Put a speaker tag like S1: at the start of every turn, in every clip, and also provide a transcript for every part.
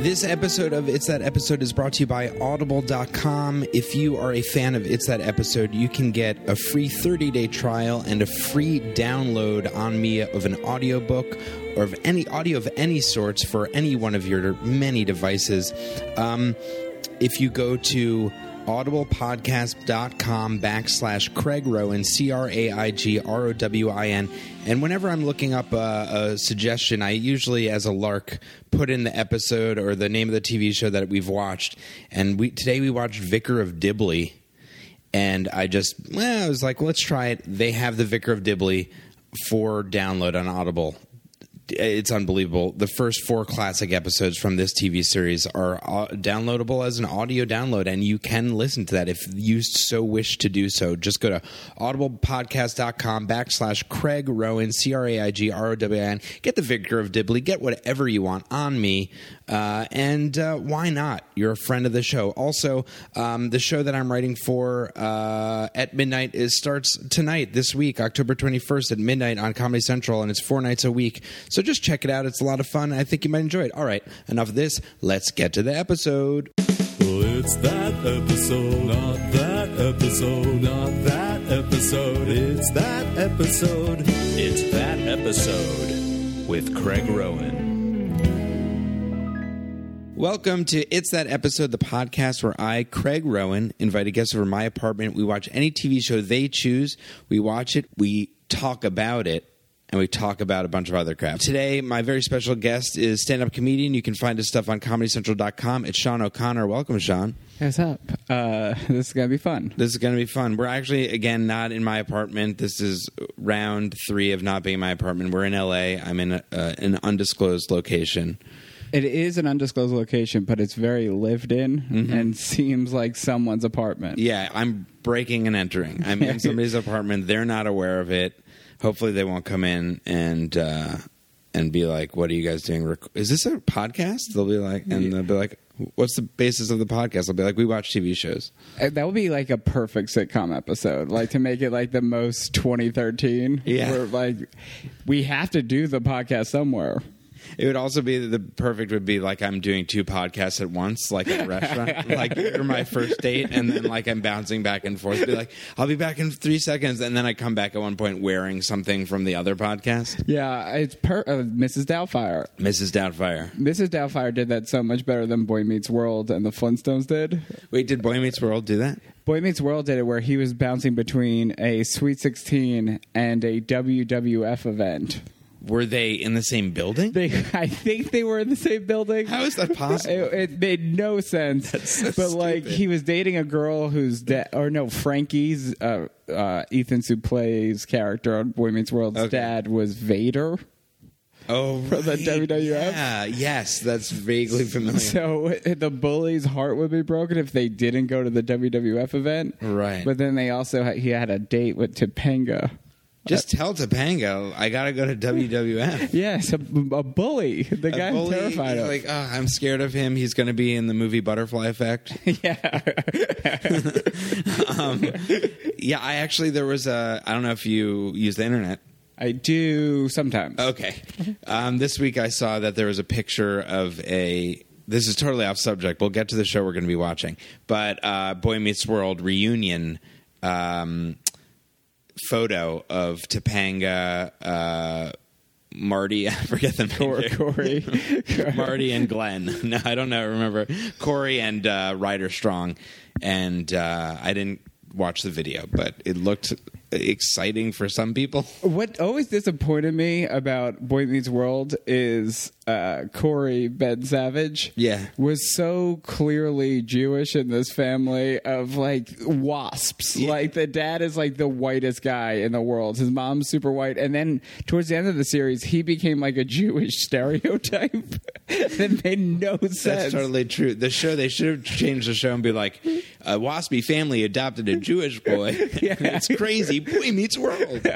S1: This episode of It's That Episode is brought to you by Audible.com. If you are a fan of It's That Episode, you can get a free 30 day trial and a free download on Mia of an audiobook or of any audio of any sorts for any one of your many devices. Um, if you go to audiblepodcast.com backslash Craig Rowan, C R A I G R O W I N. And whenever I'm looking up a, a suggestion, I usually, as a lark, put in the episode or the name of the TV show that we've watched. And we today we watched Vicar of Dibley. And I just, well, I was like, let's try it. They have the Vicar of Dibley for download on Audible it's unbelievable. The first four classic episodes from this TV series are uh, downloadable as an audio download, and you can listen to that if you so wish to do so. Just go to audiblepodcast.com backslash Craig Rowan, C R A I G R O W I N. Get the Vicar of Dibley, get whatever you want on me, uh, and uh, why not? You're a friend of the show. Also, um, the show that I'm writing for uh, at midnight is starts tonight, this week, October 21st at midnight on Comedy Central, and it's four nights a week. So just check it out. It's a lot of fun. I think you might enjoy it. All right, enough of this. Let's get to the episode.
S2: Well, it's that episode, not that episode, not that episode. It's that episode.
S3: It's that episode with Craig Rowan.
S1: Welcome to It's That Episode, the podcast where I, Craig Rowan, invite a guest over my apartment. We watch any TV show they choose. We watch it, we talk about it, and we talk about a bunch of other crap. Today, my very special guest is stand up comedian. You can find his stuff on comedycentral.com. It's Sean O'Connor. Welcome, Sean.
S4: Hey, What's up? Uh, this is gonna be fun.
S1: This is going to be fun. We're actually, again, not in my apartment. This is round three of not being in my apartment. We're in LA. I'm in a, uh, an undisclosed location.
S4: It is an undisclosed location, but it's very lived in and seems like someone's apartment.
S1: Mm-hmm. Yeah, I'm breaking and entering. I'm in somebody's apartment. They're not aware of it. Hopefully, they won't come in and uh, and be like, "What are you guys doing? Rec- Is this a podcast?" They'll be like, and they'll be like, "What's the basis of the podcast?" I'll be like, "We watch TV shows."
S4: Uh, That would be like a perfect sitcom episode, like to make it like the most 2013.
S1: Yeah.
S4: where, like we have to do the podcast somewhere.
S1: It would also be the perfect would be like I'm doing two podcasts at once, like at a restaurant. like you're my first date, and then like I'm bouncing back and forth. Be like, I'll be back in three seconds, and then I come back at one point wearing something from the other podcast.
S4: Yeah, it's per- uh, Mrs. Doubtfire.
S1: Mrs. Doubtfire.
S4: Mrs. Doubtfire did that so much better than Boy Meets World and the Flintstones did.
S1: Wait, did Boy Meets World do that?
S4: Boy Meets World did it where he was bouncing between a Sweet 16 and a WWF event.
S1: Were they in the same building?
S4: They, I think they were in the same building. Uh,
S1: How is that possible?
S4: It, it made no sense.
S1: so
S4: but like,
S1: stupid.
S4: he was dating a girl who's da- or no, Frankie's uh, uh, Ethan's who plays character on Boy Meets World's
S1: Okay.
S4: dad was Vader.
S1: oh,
S4: From the
S1: right.
S4: WWF?
S1: Yeah, yes, that's vaguely familiar.
S4: So the bully's heart would be broken if they didn't go to the WWF event,
S1: Right.
S4: But then they also had, he had a date with Topanga.
S1: Just tell Topanga I gotta go to WWF.
S4: Yes, a, a bully. The guy
S1: A
S4: I'm
S1: bully,
S4: terrified of.
S1: Like, oh, I'm scared of him. He's gonna be in the movie Butterfly Effect.
S4: yeah,
S1: Yeah, I actually there was a. I don't know if you use the internet.
S4: I do sometimes.
S1: Okay, um, this week I saw that there was a picture of a. This is totally off subject. We'll get to the show we're going to be watching, but uh, Boy Meets World reunion um, photo of Topanga, uh, Marty. I forget the name.
S4: Cor-
S1: here.
S4: Corey.
S1: Marty and Glenn. No, I don't know. I remember Corey and uh, Ryder Strong, and uh, I didn't watch the video, but it looked exciting for some people.
S4: What always disappointed me about Boy Meets World is uh, Corey Ben Savage.
S1: Yeah.
S4: was so clearly Jewish in this family of like wasps.
S1: Yeah.
S4: Like the dad is like the whitest guy in the world. His mom's super white, and then towards the end of the series, he became like a Jewish stereotype that made no sense.
S1: That's totally true. The show they should have changed the show and be like, a waspy family adopted a Jewish boy. it's crazy. Boy meets world.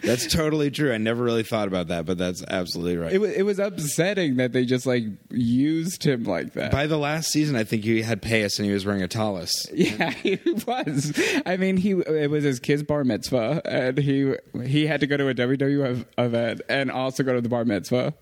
S1: That's totally true. I never really thought about that, but that's absolutely right.
S4: It was it was upsetting that they just like used him like that.
S1: By the last season, I think you had Payas and he was wearing a tallis.
S4: yeah, he was. I mean, he it was his kid's bar mitzvah, and he he had to go to a WWF event and also go to the bar mitzvah.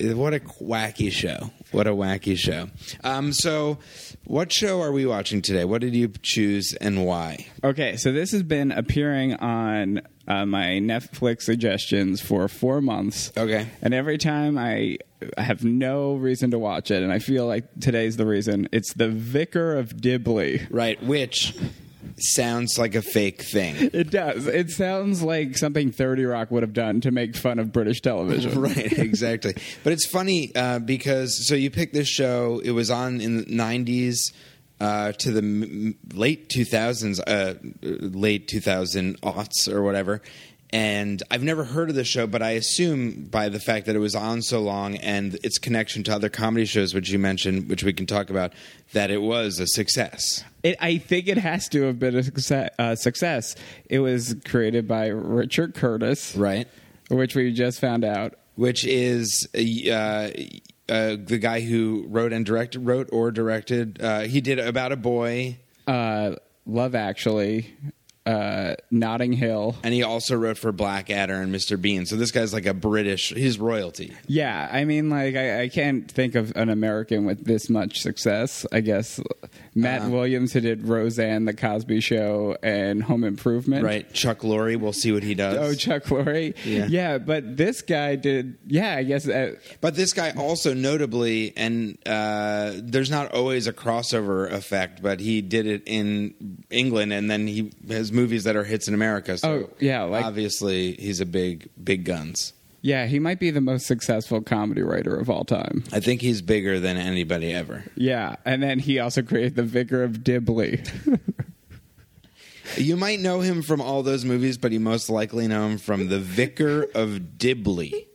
S1: What a wacky show! What a wacky show! Um, so, what show are we watching today? What did you choose and why?
S4: Okay, so this has been appearing on uh, my Netflix suggestions for four months.
S1: Okay.
S4: And every time I, I have no reason to watch it, and I feel like today's the reason. It's The Vicar of Dibley.
S1: Right, which sounds like a fake thing.
S4: It does. It sounds like something 30 Rock would have done to make fun of British television.
S1: Right, exactly. but it's funny uh, because so you picked this show. It was on in the '90s uh, to the m- m- late 2000s, uh, late 2000 aughts or whatever. And I've never heard of the show, but I assume by the fact that it was on so long and its connection to other comedy shows, which you mentioned, which we can talk about, that it was a success.
S4: It, I think it has to have been a success, uh, success. It was created by Richard Curtis,
S1: Right.
S4: which we just found out.
S1: which is uh, uh, the guy who wrote and directed, wrote or directed. Uh, he did about a boy,
S4: Uh, Love Actually, uh, Notting Hill.
S1: and he also wrote for Blackadder and Mr. Bean. So this guy's like a British. He's royalty.
S4: Yeah, I mean, like, I, I can't think of an American with this much success. I guess
S1: Uh-huh.
S4: Matt Williams, who did Roseanne, The Cosby Show, and Home Improvement.
S1: Right, Chuck Lorre. We'll see what he does.
S4: Oh, Chuck Lorre.
S1: Yeah.
S4: but this guy did. Yeah, I guess. Uh,
S1: But this guy also notably, and uh, there's not always a crossover effect, but he did it in England, and then he has movies that are hits in America. So
S4: Oh, yeah, like-
S1: obviously he's a big, big guns.
S4: yeah, he might be the most successful comedy writer of all time.
S1: I think he's bigger than anybody ever.
S4: Yeah, and then he also created The Vicar of Dibley.
S1: You might know him from all those movies, but you most likely know him from The Vicar of Dibley.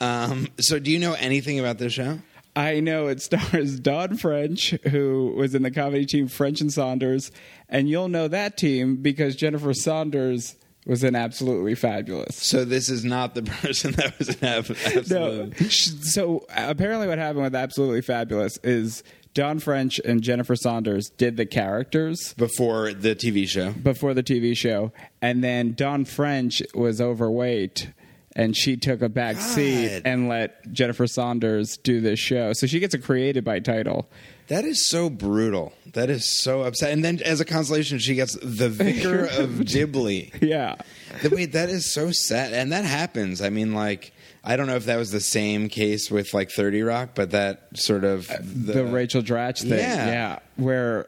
S1: Um, so, do you know anything about this show?
S4: I know it stars Don French, who was in the comedy team French and Saunders, and you'll know that team because Jennifer Saunders was in Absolutely Fabulous.
S1: So, this is not the person that was an ab-
S4: No,
S1: absolute.
S4: sh- so apparently, what happened with Absolutely Fabulous is Don French and Jennifer Saunders did the characters
S1: Before the TV show.
S4: before the TV show, and then Don French was overweight. And she took a back seat
S1: God.
S4: and let Jennifer Saunders do this show. So she gets a created by title.
S1: That is so brutal. That is so upset. And then, as a consolation, she gets The Vicar of Dibley.
S4: Yeah.
S1: Th- Wait, that is so sad, and that happens. I mean, like, I don't know if that was the same case with like Thirty Rock, but that sort of
S4: the, Rachel Dratch thing.
S1: Yeah.
S4: Yeah. Where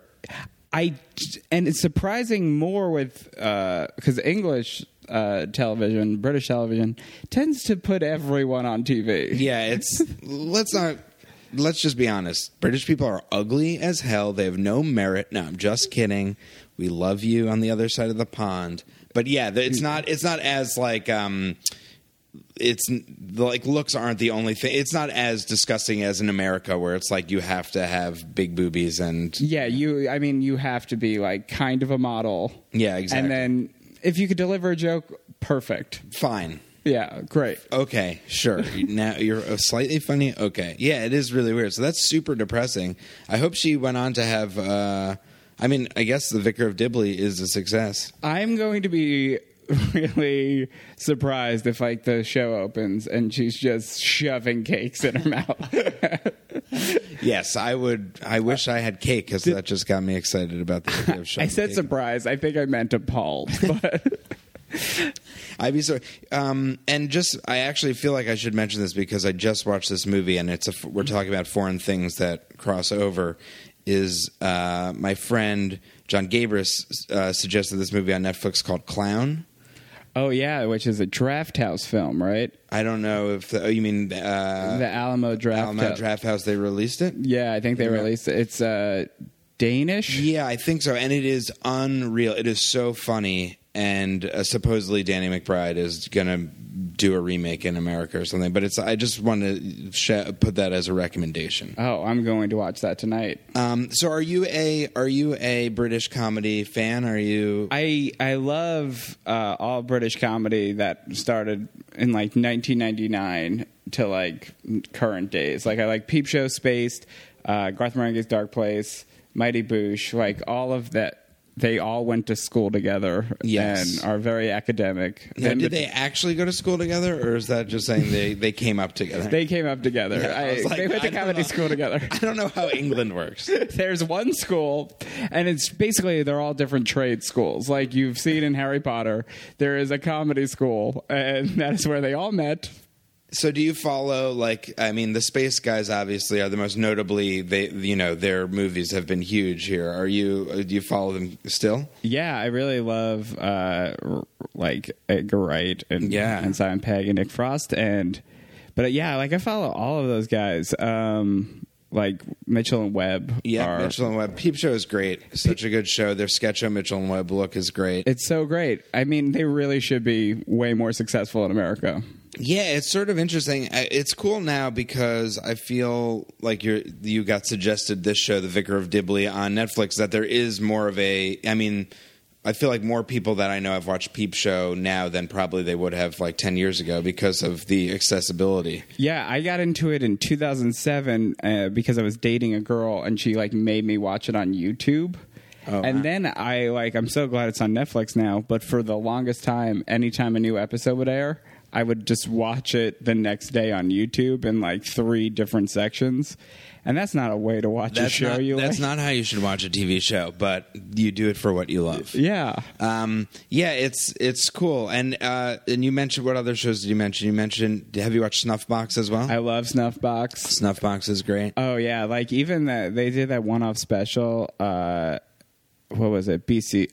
S4: I, and it's surprising more with, because English uh, television, British television, tends to put everyone on TV.
S1: Yeah, it's let's not let's just be honest. British people are ugly as hell. They have no merit. No, I'm just kidding. We love you on the other side of the pond. But yeah, th- it's not it's not as like um it's n- like looks aren't the only thing. It's not as disgusting as in America where it's like you have to have big boobies and
S4: Yeah, you, I mean, you have to be like kind of a model.
S1: Yeah, exactly.
S4: And then if you could deliver a joke, perfect.
S1: fine.
S4: Yeah, great.
S1: Okay, sure. now you're uh, slightly funny. Okay, yeah, it is really weird. So that's super depressing. I hope she went on to have. Uh, I mean, I guess the Vicar of Dibley is a success.
S4: I'm going to be really surprised if like the show opens and she's just shoving cakes in her mouth.
S1: Yes, I would. I wish I had cake because that just got me excited about the idea of
S4: I
S1: shoving
S4: said
S1: cake.
S4: surprise. I think I meant appalled. But
S1: I'd be so. Um, and just, I actually feel like I should mention this because I just watched this movie, and it's a, we're talking about foreign things that cross over. Is uh, my friend John Gabris uh, suggested this movie on Netflix called Clown?
S4: oh yeah, which is a draft house film, right?
S1: I don't know if the, oh, you mean uh,
S4: the Alamo draft.
S1: Alamo
S4: House.
S1: Draft House. They released it.
S4: Yeah, I think they released it. It's uh, Danish.
S1: Yeah, I think so. And it is unreal. It is so funny. And uh, supposedly Danny McBride is gonna do a remake in America or something. But it's I just want to sh- put that as a recommendation.
S4: Oh, I'm going to watch that tonight.
S1: Um, so are you a are you a British comedy fan? Are you
S4: I I love uh, all British comedy that started in like 1999 to like current days. Like I like Peep Show, Spaced, uh, Garth Marenghi's Dark Place, Mighty Boosh, like all of that. They all went to school together
S1: Yes.
S4: and are very academic.
S1: Now,
S4: And
S1: did
S4: bet-
S1: they actually go to school together, or is that just saying they, they came up together?
S4: They came up together.
S1: Yeah, I
S4: I-
S1: was like,
S4: they
S1: I
S4: went to
S1: don't
S4: comedy
S1: know.
S4: school together.
S1: I don't know how England works.
S4: there's one school and it's basically they're all different trade schools like you've seen in harry potter there is a comedy school and that is where they all met
S1: So do you follow like I mean the space guys obviously are the most notably they you know their movies have been huge here. Are you uh, do you follow them still?
S4: yeah i really love uh r- like edgar wright and
S1: Yeah.
S4: and simon pegg and nick frost and but uh, yeah like i follow all of those guys um like mitchell and webb
S1: Yeah,
S4: are-
S1: Mitchell and Webb. Peep Show is great. Such a good show. Their sketch on Mitchell and Webb look is great.
S4: it's so great i mean they really should be way more successful in america
S1: Yeah, it's sort of interesting. I- It's cool now because I feel like you are you got suggested this show, The Vicar of Dibley, on Netflix. That there is more of a. I mean, I feel like more people that I know have watched Peep Show now than probably they would have like ten years ago because of the accessibility.
S4: Yeah, I got into it in 2007 uh, because I was dating a girl and she like made me watch it on YouTube.
S1: Oh,
S4: and
S1: wow.
S4: then I like I'm so glad it's on Netflix now, but for the longest time anytime a new episode would air, I would just watch it the next day on YouTube in like three different sections. And that's not a way to watch a show
S1: not,
S4: you
S1: that's
S4: like.
S1: not how you should watch a TV show, but you do it for what you love.
S4: yeah.
S1: Um, yeah, it's it's cool. And uh, and you mentioned what other shows did you mention? You mentioned have you watched Snuffbox as well?
S4: I love Snuffbox.
S1: Snuffbox is great.
S4: Oh yeah, like even that they did that one-off special. Uh, what was it? BC,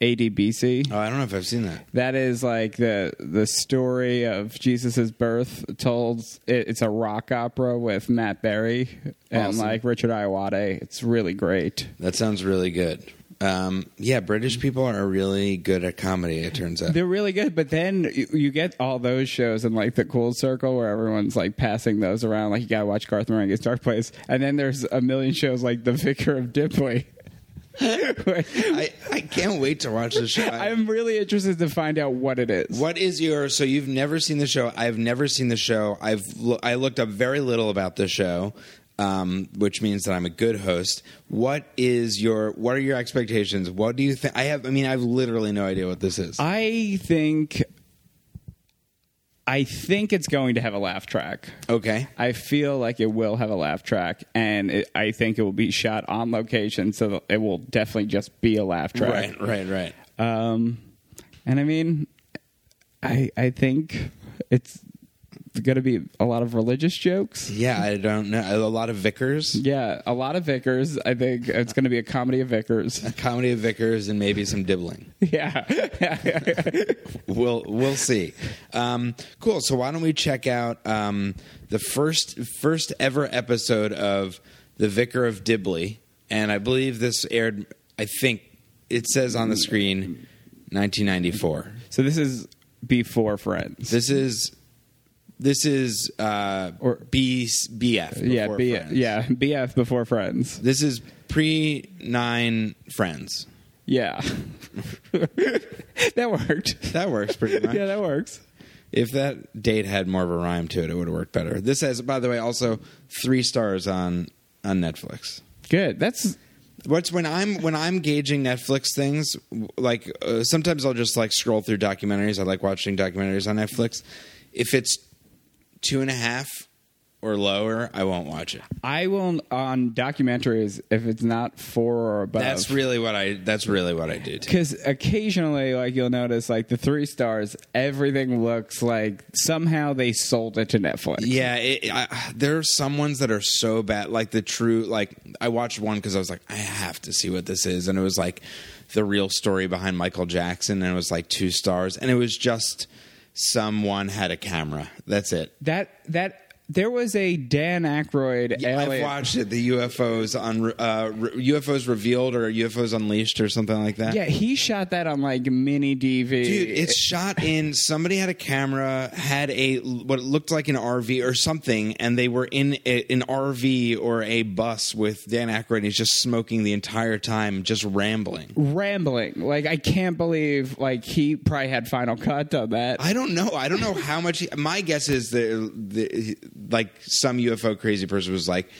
S4: ADBC.
S1: Oh, I don't know if I've seen that.
S4: That is like the the story of Jesus's birth told. It, it's a rock opera with Matt Berry and
S1: Awesome.
S4: like Richard Iowade. It's really great.
S1: That sounds really good. Um, yeah, British people are really good at comedy. It turns out.
S4: They're really good, but then you, you get all those shows in like the cool circle where everyone's like passing those around. Like you gotta watch Garth Marenghi's Dark Place, and then there's a million shows like The Vicar of Dibley.
S1: I, I can't wait to watch the show.
S4: I'm really interested to find out what it is.
S1: What is your so you've never seen the show? I've never seen the show. I've lo- I looked up very little about the show, um, which means that I'm a good host. What is your what are your expectations? What do you think? I have I mean I have literally no idea what this is.
S4: I think I think it's going to have a laugh track.
S1: Okay,
S4: I feel like it will have a laugh track, and it, I think it will be shot on location, so it will definitely just be a laugh track.
S1: right, right, right.
S4: Um, and I mean, I I think it's going to be a lot of religious jokes.
S1: Yeah, I don't know a lot of vicars.
S4: Yeah, a lot of vicars. I think it's going to be a comedy of vicars.
S1: Comedy of vicars and maybe some dibbling.
S4: yeah.
S1: We'll we'll see. Um, cool. So why don't we check out um, the first first ever episode of The Vicar of Dibley? And I believe this aired. I think it says on the screen, 1994.
S4: so this is before Friends.
S1: This is this is uh,
S4: Or-
S1: B BF.
S4: yeah,
S1: before
S4: B-
S1: Friends.
S4: yeah, BF before Friends.
S1: This is pre nine Friends.
S4: Yeah, that worked.
S1: That works pretty much.
S4: Yeah, that works.
S1: If that date had more of a rhyme to it, it would have worked better. This has, by the way, also three stars on on Netflix.
S4: Good. That's
S1: What's when I'm when I'm gauging Netflix things, like uh, sometimes I'll just like scroll through documentaries. I like watching documentaries on Netflix. If it's two and a half or lower, I won't watch it.
S4: I will on documentaries if it's not four or above.
S1: That's really what I. That's really what I do. too.
S4: because occasionally, like you'll notice, like the three stars, everything looks like somehow they sold it to Netflix.
S1: Yeah, it, I, there are some ones that are so bad. Like the true, like I watched one because I was like, I have to see what this is, and it was like the real story behind Michael Jackson, and it was like two stars, and it was just someone had a camera. That's it.
S4: That that There was a Dan Aykroyd.
S1: Yeah, I've
S4: alien-
S1: watched it. The UFOs on uh, re- UFOs revealed or UFOs unleashed or something like that.
S4: Yeah, he shot that on like mini DV.
S1: Dude, it's shot in. Somebody had a camera, had a what looked like an RV or something, and they were in a, an RV or a bus with Dan Aykroyd. And he's just smoking the entire time, just rambling.
S4: rambling. Like I can't believe like he probably had Final Cut on that.
S1: I don't know. I don't know how much. He, my guess is that the, like some UFO crazy person was like,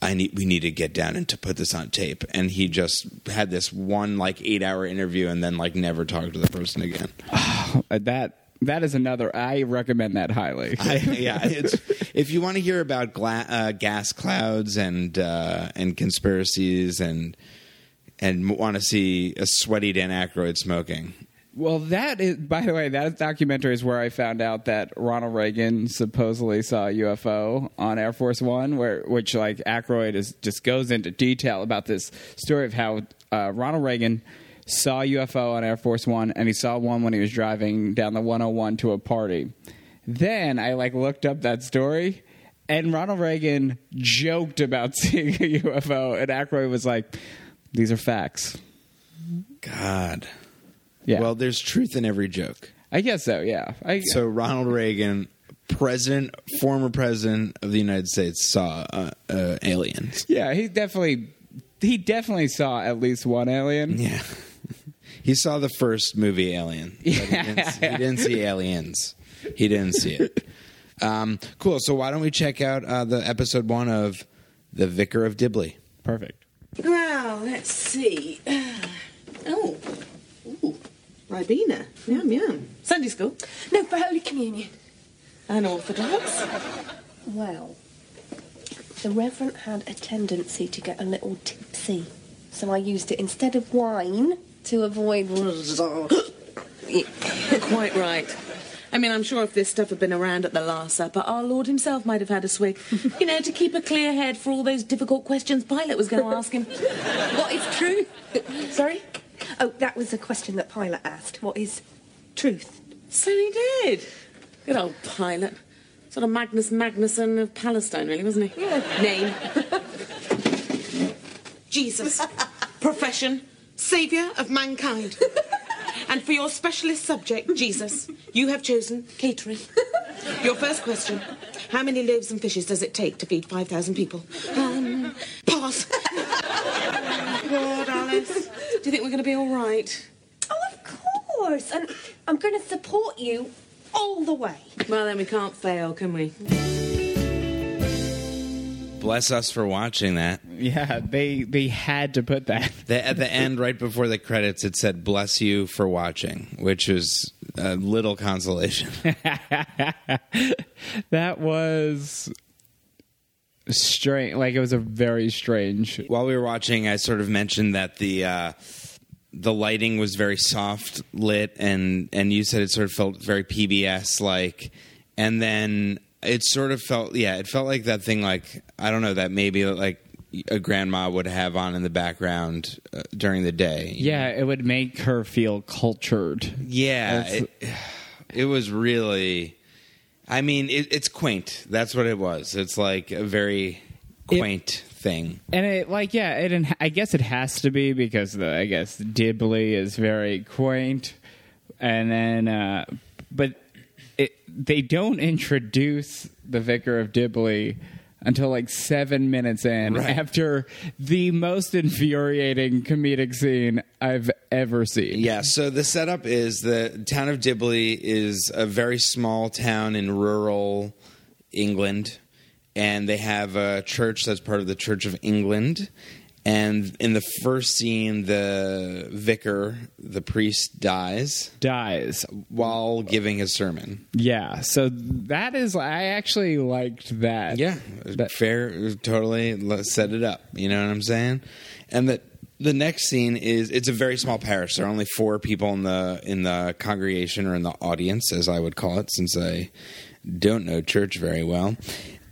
S1: "I need, we need to get down and to put this on tape," and he just had this one like eight hour interview and then like never talked to the person again.
S4: Uh, that that is another. I recommend that highly.
S1: I, yeah, it's, if you want to hear about gla- uh, gas clouds and uh, and conspiracies and and want to see a sweaty Dan Aykroyd smoking,
S4: well, that is. By the way, that documentary is where I found out that Ronald Reagan supposedly saw a UFO on Air Force One, where which like Aykroyd is just goes into detail about this story of how uh, Ronald Reagan. Saw a UFO on Air Force One, and he saw one when he was driving down the 101 to a party. Then I like looked up that story, and Ronald Reagan joked about seeing a UFO, and Aykroyd was like, "These are facts."
S1: God.
S4: Yeah.
S1: Well, there's truth in every joke.
S4: I guess so. Yeah. I,
S1: So Ronald Reagan, president, former president of the United States, saw uh, uh, aliens.
S4: yeah, he definitely he definitely saw at least one alien.
S1: Yeah, he saw the first movie Alien. but he, didn't, he didn't see aliens. He didn't see it. Um, cool. So why don't we check out uh, the episode one of the Vicar of Dibley?
S4: Perfect.
S5: Well, let's see. Uh, Oh, ooh, Ribena. Yum, yum. Sunday school.
S6: No, for Holy Communion.
S5: Unorthodox.
S6: Well, the Reverend had a tendency to get a little tipsy, so I used it instead of wine to avoid.
S5: Quite right. I mean, I'm sure if this stuff had been around at the Last Supper, our Lord himself might have had a swig. you know, to keep a clear head for all those difficult questions Pilate was going to ask him.
S6: what is truth? Sorry? Oh, that was a question that Pilate asked. What is truth?
S5: So he did. Good old Pilate. Sort of Magnus Magnuson of Palestine, really, wasn't he? Name. Jesus. Profession. Saviour of mankind. and for your specialist subject, Jesus, you have chosen catering. Your first question How many loaves and fishes does it take to feed 5,000 people? Um, pass. God, Alice. Do you think we're going to be all right?
S6: Oh, of course! And I'm going to support you all the way.
S5: Well, then we can't fail, can we?
S1: Bless us for watching that.
S4: Yeah, they they had to put that.
S1: The, at the end, right before the credits, it said "Bless you for watching," which is a little consolation.
S4: That was strange. Like it was a very strange.
S1: while we were watching, I sort of mentioned that the uh, the lighting was very soft lit, and and you said it sort of felt very PBS like, and then it sort of felt yeah, it felt like that thing like I don't know that maybe like a grandma would have on in the background uh, during the day.
S4: Yeah, it would make her feel cultured.
S1: Yeah,
S4: That's-
S1: it, it was really. I mean, it, it's quaint. That's what it was. It's like a very quaint thing.
S4: And it like yeah, it and I guess it has to be because the I guess Dibley is very quaint, and then uh, but it they don't introduce the vicar of Dibley until like seven minutes in
S1: Right.
S4: after the most infuriating comedic scene I've ever seen.
S1: Yeah, so the setup is the town of Dibley is a very small town in rural England, and they have a church that's part of the Church of England. And in the first scene, the vicar, the priest, dies
S4: dies.
S1: while giving his sermon.
S4: Yeah, so that is I actually liked that.
S1: Yeah,
S4: That-
S1: fair, totally let- set it up. You know what I'm saying? And that the next scene is it's a very small parish. There are only four people in the in the congregation or in the audience, as I would call it, since I don't know church very well.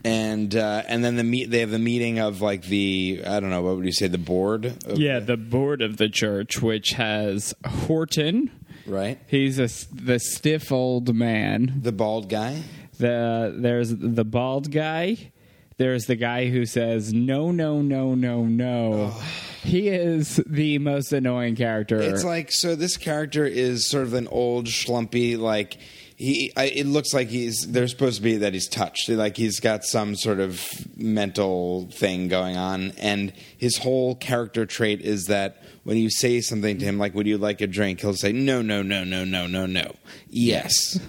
S1: And uh, and then the meet they have the meeting of like the I don't know what would you say the board of,
S4: Yeah, the board of the church, which has Horton.
S1: right
S4: He's a, s- the stiff old man,
S1: the bald guy
S4: The there's the bald guy. There's the guy who says no, no, no, no, no. He is the most annoying character.
S1: It's like so. This character is sort of an old schlumpy. Like he, I, it looks like he's. They're supposed to be that he's touched. Like he's got some sort of mental thing going on, and his whole character trait is that when you say something to him, like "Would you like a drink?" he'll say "No, no, no, no, no, no, no, yes,"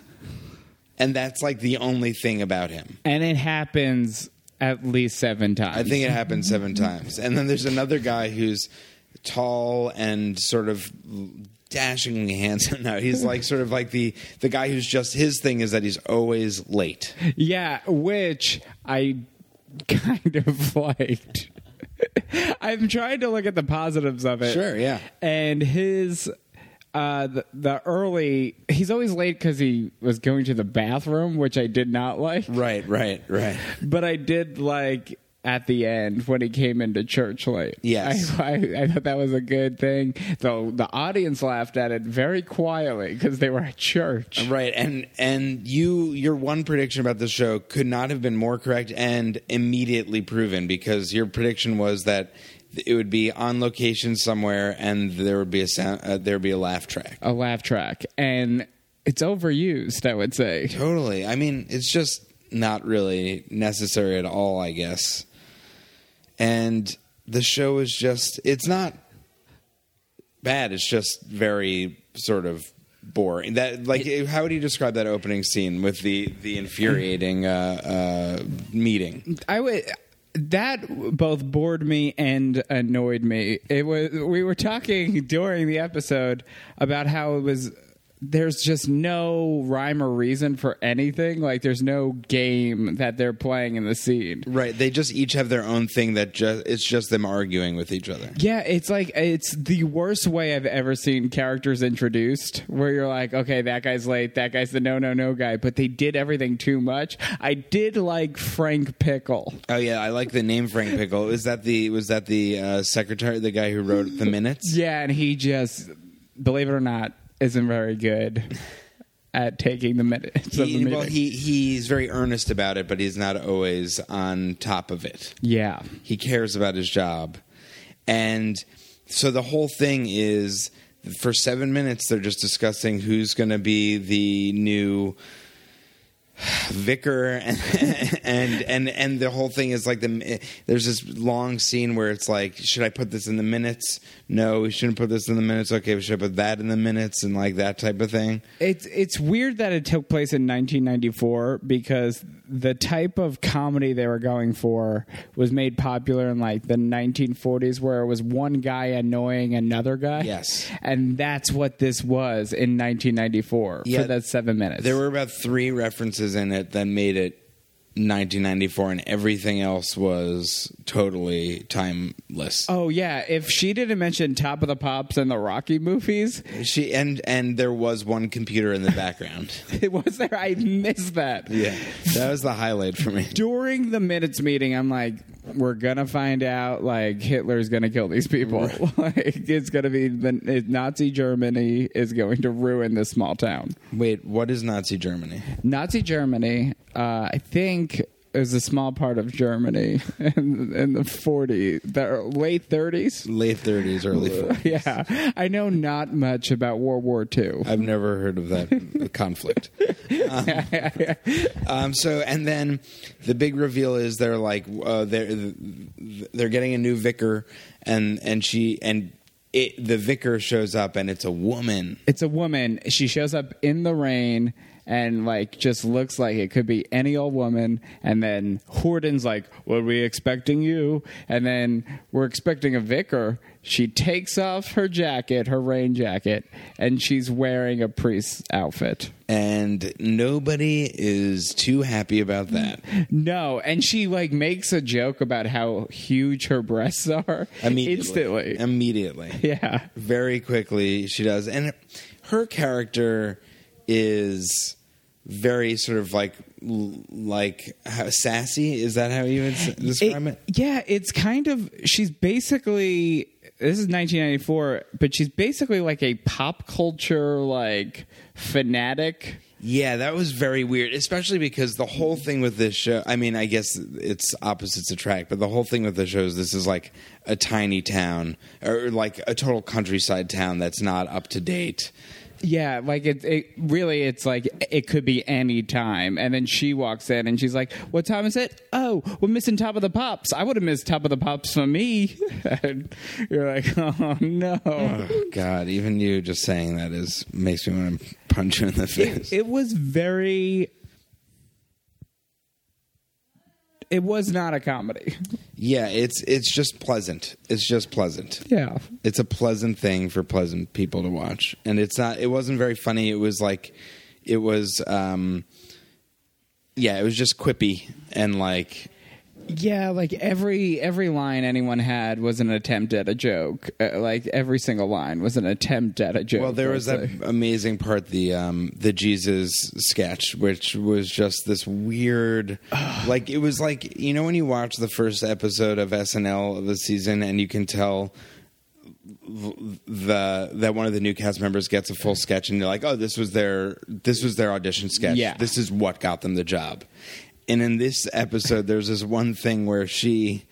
S1: and that's like the only thing about him.
S4: and it happens at least seven times.
S1: I think it happened seven times. And then there's another guy who's tall and sort of dashingly handsome now. He's like sort of like the the guy who's just his thing is that he's always late.
S4: Yeah, which I kind of liked. I'm trying to look at the positives of it.
S1: Sure, yeah.
S4: And his uh the, the early he's always late cuz he was going to the bathroom, which I did not like.
S1: Right, right, right.
S4: But I did like at the end when he came into church late.
S1: Yes.
S4: I, I, I thought that was a good thing. Though the audience laughed at it very quietly cuz they were at church.
S1: Right. And and you your one prediction about the show could not have been more correct and immediately proven because your prediction was that it would be on location somewhere and there would be a sound uh, there would be a laugh track.
S4: A laugh track and it's overused, I would say.
S1: Totally. I mean, it's just not really necessary at all, I guess. And the show is just it's not bad, it's just very sort of boring. That like how would you describe that opening scene with the the infuriating uh uh meeting?
S4: I would that both bored me and annoyed me. It was we were talking during the episode about how it was there's just no rhyme or reason for anything. Like there's no game that they're playing in the scene.
S1: Right, they just each have their own thing that just it's just them arguing with each other.
S4: Yeah, it's like it's the worst way I've ever seen characters introduced where you're like, okay, that guy's late, that guy's the no no no guy, but they did everything too much. I did like Frank Pickle.
S1: Oh yeah, I like the name Frank Pickle. Is that the was that the uh, secretary, the guy who wrote the minutes?
S4: Yeah, and he just, believe it or not, isn't very good at taking the minutes of the
S1: He,
S4: meeting.
S1: well, he he's very earnest about it, but he's not always on top of it.
S4: yeah,
S1: He cares about his job, and so the whole thing is for seven minutes they're just discussing who's going to be the new vicar and, and and and the whole thing is like the there's this long scene where it's like should i put this in the minutes no we shouldn't put this in the minutes okay we should put that in the minutes and like that type of thing
S4: it's it's weird that it took place in 1994 because the type of comedy they were going for was made popular in like the 1940s, where it was one guy annoying another guy.
S1: Yes.
S4: and that's what this was in 1994
S1: Yeah.
S4: for that seven minutes.
S1: There were about three references in it that made it 1994, and everything else was totally timeless.
S4: Oh yeah! If she didn't mention Top of the Pops and the Rocky movies,
S1: She and and there was one computer in the background.
S4: It was there. I missed that.
S1: yeah, that was the highlight for me.
S4: During the minutes meeting, I'm like, we're gonna find out. Like Hitler's gonna kill these people. like it's gonna be the Nazi Germany is going to ruin this small town.
S1: Wait, what is Nazi Germany?
S4: Nazi Germany, uh, I think. Is a small part of Germany in, in the 40s, the late 30s.
S1: Late 30s, early 40s.
S4: Yeah, I know not much about World War II.
S1: I've never heard of that conflict. Um, um, so, and then the big reveal is they're like uh, they're they're getting a new vicar, and and she and it, the vicar shows up, and it's a woman.
S4: it's a woman. She shows up in the rain and like just looks like it could be any old woman. And then Horden's like, "Were we expecting you?" And then we're expecting a vicar. She takes off her jacket, her rain jacket, and she's wearing a priest's outfit.
S1: and nobody is too happy about that.
S4: No, and she like makes a joke about how huge her breasts are
S1: Immediately.
S4: instantly.
S1: Immediately.
S4: yeah.
S1: Very quickly, she does. And her character is very sort of like like how, sassy is that how you would s- describe it,
S4: Yeah, it's kind of. She's basically. This is 1994, but she's basically like a pop culture like fanatic.
S1: Yeah, that was very weird, especially because the whole thing with this show. I mean, I guess it's opposites attract, but the whole thing with the show is this is like a tiny town or like a total countryside town that's not up to date.
S4: Yeah, like it, it really it's like it could be any time. And then she walks in and she's like, What time is it? Oh, we're missing Top of the Pops. I would have missed Top of the Pops for me. And you're like, Oh no.
S1: God, even you just saying that is makes me want to punch you in the face.
S4: It was very It was not a comedy.
S1: yeah, it's it's just pleasant. It's just pleasant.
S4: Yeah.
S1: It's a pleasant thing for pleasant people to watch, and it's not. It wasn't very funny. It was like, it was, um yeah, it was just quippy and like,
S4: Yeah, like every every line anyone had was an attempt at a joke. Uh, like every single line was an attempt at a joke.
S1: Well, there was that
S4: let's say.
S1: amazing part the um, the Jesus sketch, which was just this weird, like it was like you know when you watch the first episode of SNL of the season and you can tell the that one of the new cast members gets a full sketch and you're like, oh, this was their this was their audition sketch.
S4: Yeah.
S1: this is what got them the job. And in this episode, there's this one thing where she,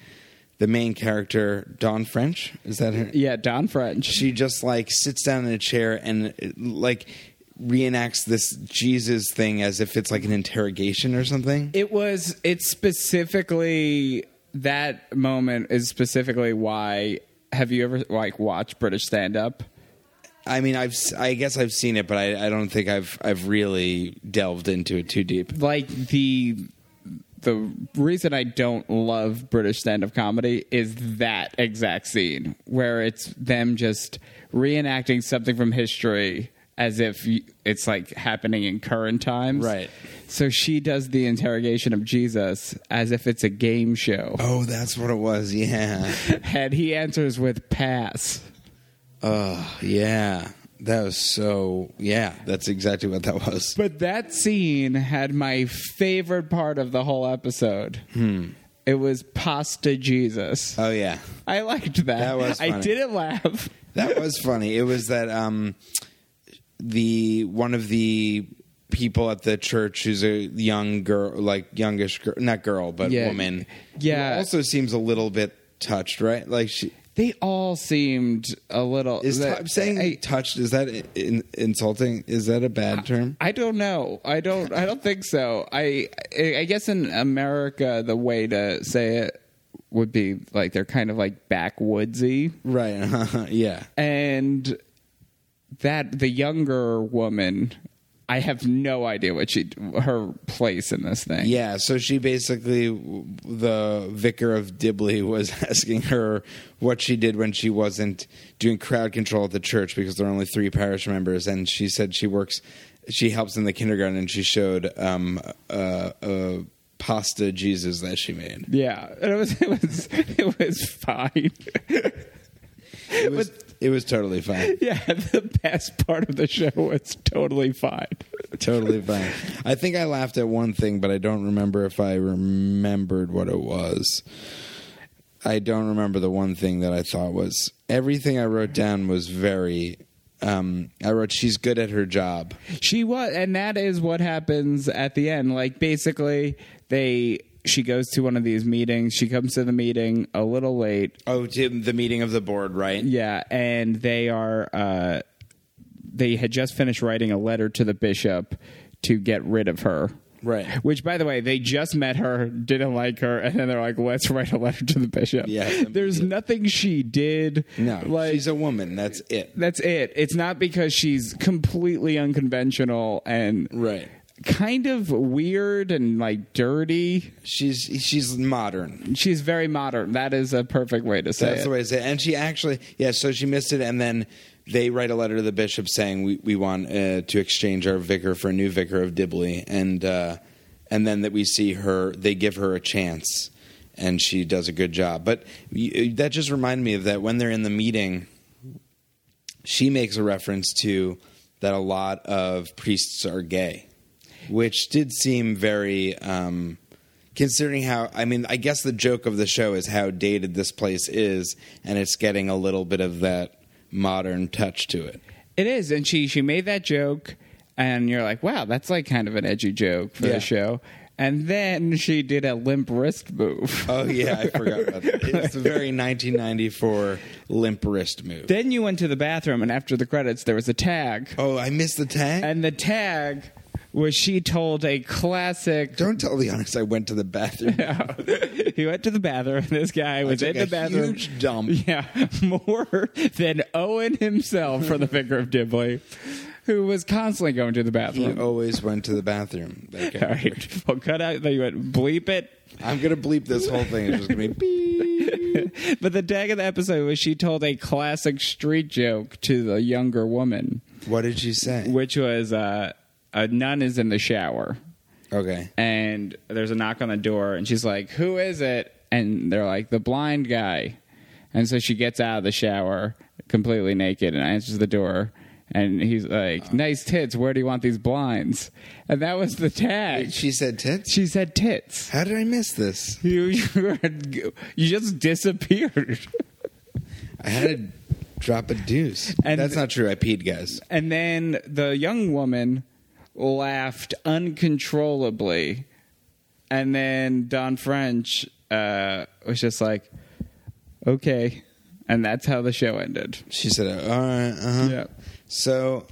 S1: the main character, Dawn French, is that her?
S4: Yeah, Don French.
S1: she just like sits down in a chair and like reenacts this Jesus thing as if it's like an interrogation or something.
S4: It was. It's specifically that moment is specifically why. Have you ever like watched British stand up?
S1: I mean, I've s- I guess I've seen it, but I, I don't think I've I've really delved into it too deep.
S4: Like the the reason I don't love British stand up comedy is that exact scene where it's them just reenacting something from history as if y- it's like happening in current times.
S1: Right.
S4: So she does the interrogation of Jesus as if it's a game show.
S1: Oh, that's what it was. Yeah,
S4: And he answers with pass.
S1: yeah. That was so. Yeah, that's exactly what that was.
S4: But that scene had my favorite part of the whole episode. It was pasta Jesus.
S1: Oh yeah,
S4: I liked that.
S1: That was
S4: I
S1: funny.
S4: didn't laugh.
S1: that was funny. It was that um, the one of the people at the church who's a young girl, like youngish girl, not girl, but
S4: Yeah.
S1: woman.
S4: Yeah.
S1: who also seems a little bit touched, right? Like she
S4: They all seemed a little.
S1: is.
S4: that-
S1: I'm saying
S4: I,
S1: touched. Is that in, insulting? Is that a bad term?
S4: I don't know. I don't. I don't think so. I. I I guess in America, the way to say it would be like they're kind of like backwoodsy.
S1: right. yeah.
S4: and that the younger woman i have no idea what she her place in this thing
S1: Yeah, so she basically, the vicar of Dibley was asking her what she did when she wasn't doing crowd control at the church because there are only three parish members, and she said she works, she helps in the kindergarten, and she showed um, uh, uh, pasta Jesus that she made.
S4: yeah and it was it was it was fine
S1: It was, it was totally fine.
S4: yeah the best part of the show was totally fine
S1: Totally fine. I think I laughed at one thing, but I don't remember if I remembered what it was. I don't remember the one thing that I thought was everything I wrote down was very. Um, I wrote, "She's good at her job."
S4: she was and that is what happens at the end like basically they she goes to one of these meetings she comes to the meeting a little late
S1: Oh, Tim, the meeting of the board, right?
S4: Yeah, and they are uh, they had just finished writing a letter to the bishop to get rid of her.
S1: Right.
S4: Which, by the way, they just met her, didn't like her, and then they're like, "Let's write a letter to the bishop."
S1: Yes.
S4: There's nothing she did.
S1: No,
S4: like
S1: she's a woman. That's it.
S4: that's it. It's not because she's completely unconventional and
S1: Right.
S4: kind of weird and like dirty.
S1: She's she's modern.
S4: She's very modern. That is a perfect way to say
S1: That's
S4: it.
S1: the way to say it. And she actually, yeah, so she missed it. And then they write a letter to the bishop saying, we, we want uh, to exchange our vicar for a new vicar of Dibley. And, uh, and then that we see her, they give her a chance and she does a good job. But y- that just reminded me of that when they're in the meeting, she makes a reference to that a lot of priests are gay, which did seem very. Um, Considering how, I mean, I guess the joke of the show is how dated this place is, and it's getting a little bit of that modern touch to it.
S4: It is, and she she made that joke, and you're like, wow, that's like kind of an edgy joke for
S1: Yeah.
S4: the show. And then she did a limp wrist move.
S1: Oh yeah, I forgot about that. It's a very 1994 limp wrist move.
S4: then you went to the bathroom, and after the credits, there was a tag,
S1: oh, I missed the tag.
S4: and the tag was she told a classic.
S1: Don't tell the honest I went to the bathroom.
S4: he went to the bathroom. This guy was
S1: took
S4: in the
S1: a
S4: bathroom.
S1: huge dump.
S4: Yeah, more than Owen himself for the finger of Dibley, who was constantly going to the
S1: I
S4: bathroom.
S1: always went to the bathroom. That
S4: All
S1: guy.
S4: right, well, cut out. Then you went bleep it.
S1: I'm gonna bleep this whole thing. It's just gonna be beep.
S4: But the tag of the episode was she told a classic street joke to the younger woman,
S1: What did you say?
S4: which was uh, a nun is in the shower.
S1: Okay.
S4: and there's a knock on the door and she's like who is it and they're like the blind guy and so she gets out of the shower completely naked and answers the door and he's like nice tits where do you want these blinds and that was the tag
S1: She said tits.
S4: she said tits
S1: How did I miss this?
S4: you, you, were- you just disappeared
S1: I had to drop a deuce.
S4: And-
S1: That's not true. I peed, guys.
S4: and then the young woman laughed uncontrollably and then don french uh, was just like okay and that's how the show ended
S1: She said, "All right, uh-huh.
S4: Yeah.
S1: So,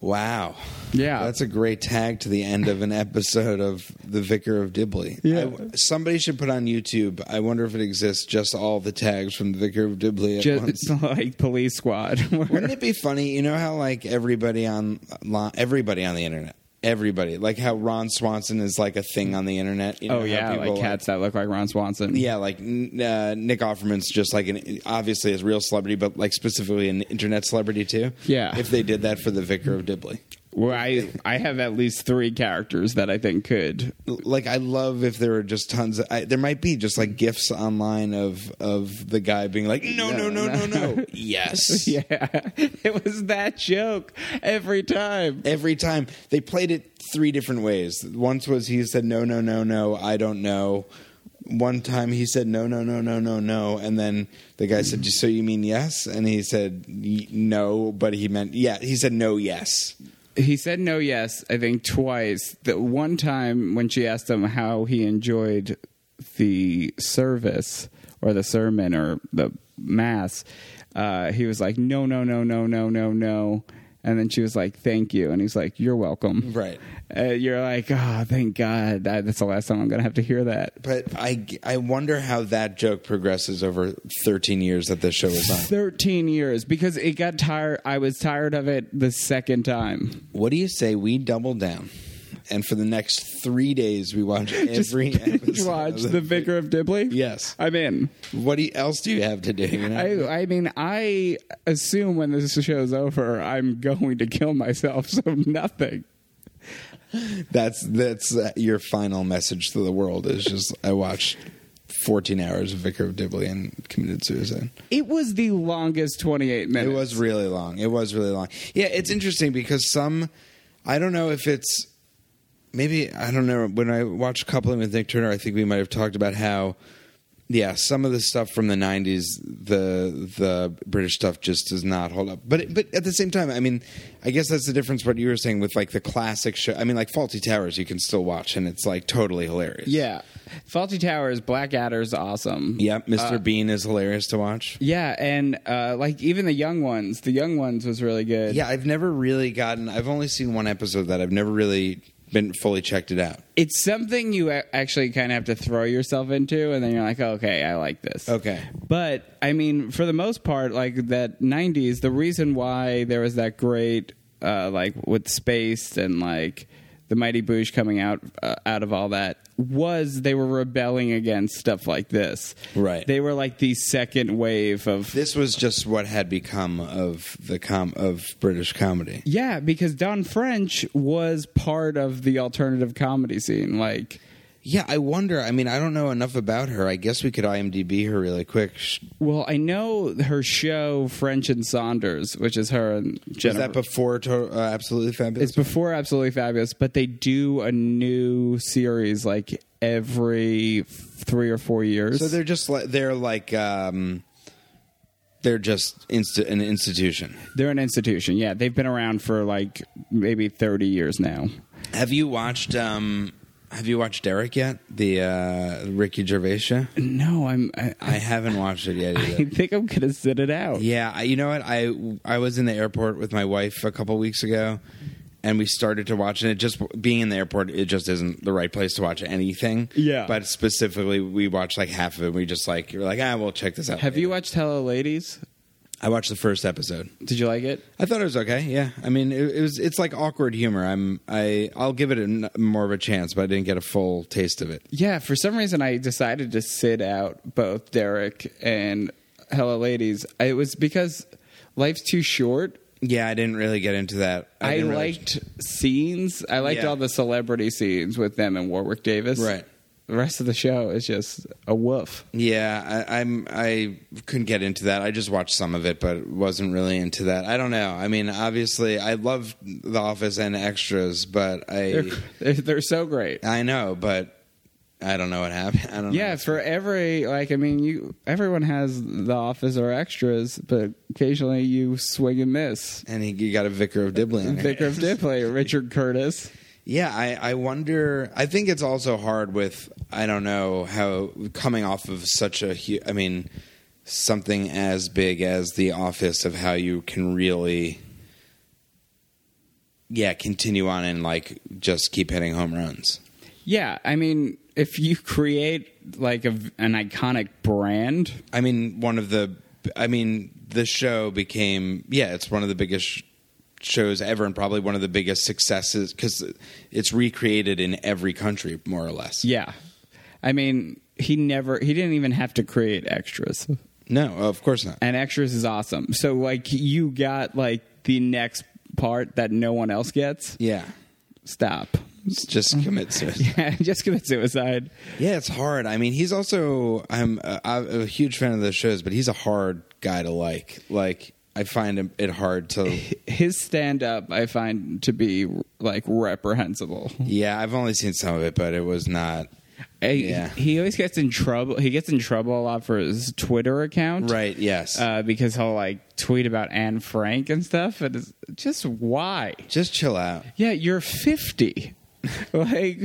S1: wow,
S4: Yeah.
S1: that's a great tag to the end of an episode of The Vicar of Dibley.
S4: Yeah.
S1: I- somebody should put on YouTube. I wonder if it exists. Just all the tags from The Vicar of Dibley at
S4: just
S1: once.
S4: it's like police squad
S1: Wouldn't it be funny? You know how like everybody on lo- everybody on the internet, everybody like how Ron Swanson is like a thing on the internet. You know,
S4: oh
S1: how
S4: yeah
S1: people,
S4: like cats that look like ron swanson
S1: yeah, like n- uh, Nick Offerman's just like an obviously a real celebrity, but like specifically an internet celebrity too.
S4: Yeah.
S1: if they did that for the Vicar of Dibley,
S4: where i i have at least three characters that i think could
S1: L- like I love if there were just tons. Of, I, there might be just like gifs online of of the guy being like, no, no, no, no, no, yes,
S4: yeah it was that joke every time
S1: Every time they played it three different ways. Once was he said no, no, no, no, I don't know. One time he said no, no, no, no, no, no, and then the guy said, "So you mean yes?" And he said y- no, but he meant yeah. He said no, yes.
S4: he said no yes i think twice the one time when she asked him how he enjoyed the service or the sermon or the mass uh, he was like no no no no no no no and then she was like thank you and he's like you're welcome
S1: Right.
S4: uh, you're like oh thank god I, that's the last time i'm gonna have to hear that
S1: But I, I wonder how that joke progresses over 13 years that this show is on.
S4: 13 years because it got tired i was tired of it the second time
S1: What do you say we double down? And for the next three days, we watch every
S4: binge
S1: episode.
S4: watch
S1: of
S4: the vicar of dibley
S1: Yes.
S4: i'm in
S1: What do you, else do you have to do? you know?
S4: I, I mean, I assume when this show's over, I'm going to kill myself, so nothing.
S1: That's that's uh, your final message to the world. Is just I watched 14 hours of Vicar of Dibley and committed suicide.
S4: It was the longest 28
S1: It
S4: minutes.
S1: was really long. It was really long. Yeah, it's interesting because some I don't know if it's maybe I don't know when I watched Coupling with Nick Turner, I think we might have talked about how yeah, some of the stuff from the '90s, the the British stuff just does not hold up. But but at the same time, I mean, I guess that's the difference. What you were saying with like the classic show, I mean, like Faulty Towers, you can still watch, and it's like totally hilarious.
S4: Yeah. Faulty Towers, Blackadder's awesome.
S1: Yep, Mr.
S4: Uh,
S1: Bean is hilarious to watch.
S4: Yeah, and uh, like even the young ones, the young ones was really good.
S1: Yeah, I've never really gotten. I've only seen one episode of that. I've never really been fully checked it out.
S4: It's something you a- actually kind of have to throw yourself into, and then you're like, okay, I like this.
S1: Okay.
S4: But I mean, for the most part, like that '90s, the reason why there was that great, uh, like with space and like the Mighty Boosh coming out uh, out of all that was they were rebelling against stuff like this.
S1: Right.
S4: They were like the second wave of.
S1: This was just what had become of the com of British comedy.
S4: yeah, because Don French was part of the alternative comedy scene. Like,
S1: Yeah, I wonder. I mean, I don't know enough about her. I guess we could IMDb her really quick. Sh-
S4: well, I know her show French and Saunders, which is her and
S1: Was
S4: Jennifer.
S1: that before to- uh, Absolutely Fabulous?
S4: It's before Absolutely Fabulous, but they do a new series like every three or four years.
S1: so they're just like they're like um, They're just inst- an institution.
S4: They're an institution. Yeah, they've been around for like maybe 30 years now.
S1: Have you watched? Um, have you watched Derek yet? The uh, Ricky Gervais show?
S4: No, I'm. I,
S1: I haven't watched it yet.
S4: I
S1: Either.
S4: think I'm gonna sit it out.
S1: Yeah, I- you know what? I I was in the airport with my wife a couple weeks ago, and we started to watch and it. Just being in the airport, it just isn't the right place to watch anything.
S4: Yeah.
S1: But specifically, we watched like half of it. and We just like you're like ah, we'll check this out.
S4: Have you
S1: later."
S4: watched Hello Ladies?
S1: I watched the first episode.
S4: Did you like it?
S1: I thought it was okay. Yeah, I mean, it, it was. It's like awkward humor. I'm. I. I'll give it an, more of a chance, but I didn't get a full taste of it.
S4: Yeah, for some reason I decided to sit out both Derek and Hello Ladies. It was because life's too short.
S1: Yeah, I didn't really get into that.
S4: I,
S1: didn't really-
S4: liked scenes. I liked
S1: Yeah.
S4: all the celebrity scenes with them and Warwick Davis.
S1: Right.
S4: The rest of the show is just a woof.
S1: Yeah, I, I'm. I couldn't get into that. I just watched some of it, but wasn't really into that. I don't know. I mean, obviously, I love The Office and Extras, but
S4: They're,
S1: I.
S4: they're, they're so great.
S1: I know, but I don't know what happened. I don't.
S4: Yeah,
S1: know.
S4: for every like, I mean, you everyone has the office or extras, but occasionally you swing and miss.
S1: And he, you got a Vicar of Dibley. in there.
S4: Vicar of Dipley, Richard Curtis.
S1: Yeah, I, I wonder. I think it's also hard with I don't know how coming off of such a hu- I mean something as big as The Office of how you can really yeah continue on and like just keep hitting home runs.
S4: Yeah, I mean, if you create like a, an iconic brand,
S1: I mean, one of the I mean the show became yeah it's one of the biggest. sh- Shows ever and probably one of the biggest successes because it's recreated in every country more or less.
S4: yeah, I mean, he never, he didn't even have to create extras,
S1: No, of course not.
S4: and extras is awesome. So like, you got like the next part that no one else gets.
S1: Yeah.
S4: Stop.
S1: just commit suicide.
S4: Just commit suicide.
S1: Mm. Yeah, it's hard. I mean, he's also I'm a, I'm a huge fan of those shows, but he's a hard guy to like. Like I find him- it hard to.
S4: his stand up I find to be like reprehensible.
S1: Yeah, I've only seen some of it, but it was not
S4: I-
S1: Yeah.
S4: He always gets in trouble. He gets in trouble a lot for his Twitter account.
S1: right. Yes,
S4: Uh, because he'll like tweet about Anne Frank and stuff. And it's just why?
S1: just chill out.
S4: Yeah, you're 50. like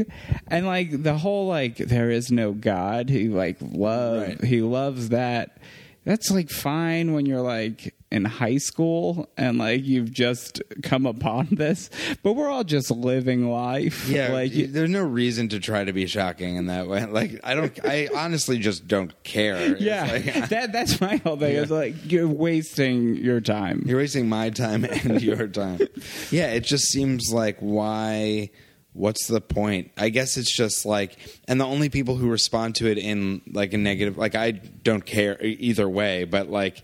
S4: and like the whole like there is no god he like love
S1: Right.
S4: he loves that that's like fine when you're like in high school and like you've just come upon this but we're all just living life
S1: Yeah,
S4: like
S1: like there's no reason to try to be shocking in that way. Like I don't. I honestly just don't care. It's
S4: yeah
S1: like,
S4: that that's my whole thing it's like you're wasting your time
S1: You're wasting my time and your time. Yeah, it just seems like why what's the point? I guess it's just like and the only people who respond to it in like a negative like I don't care e- either way, but like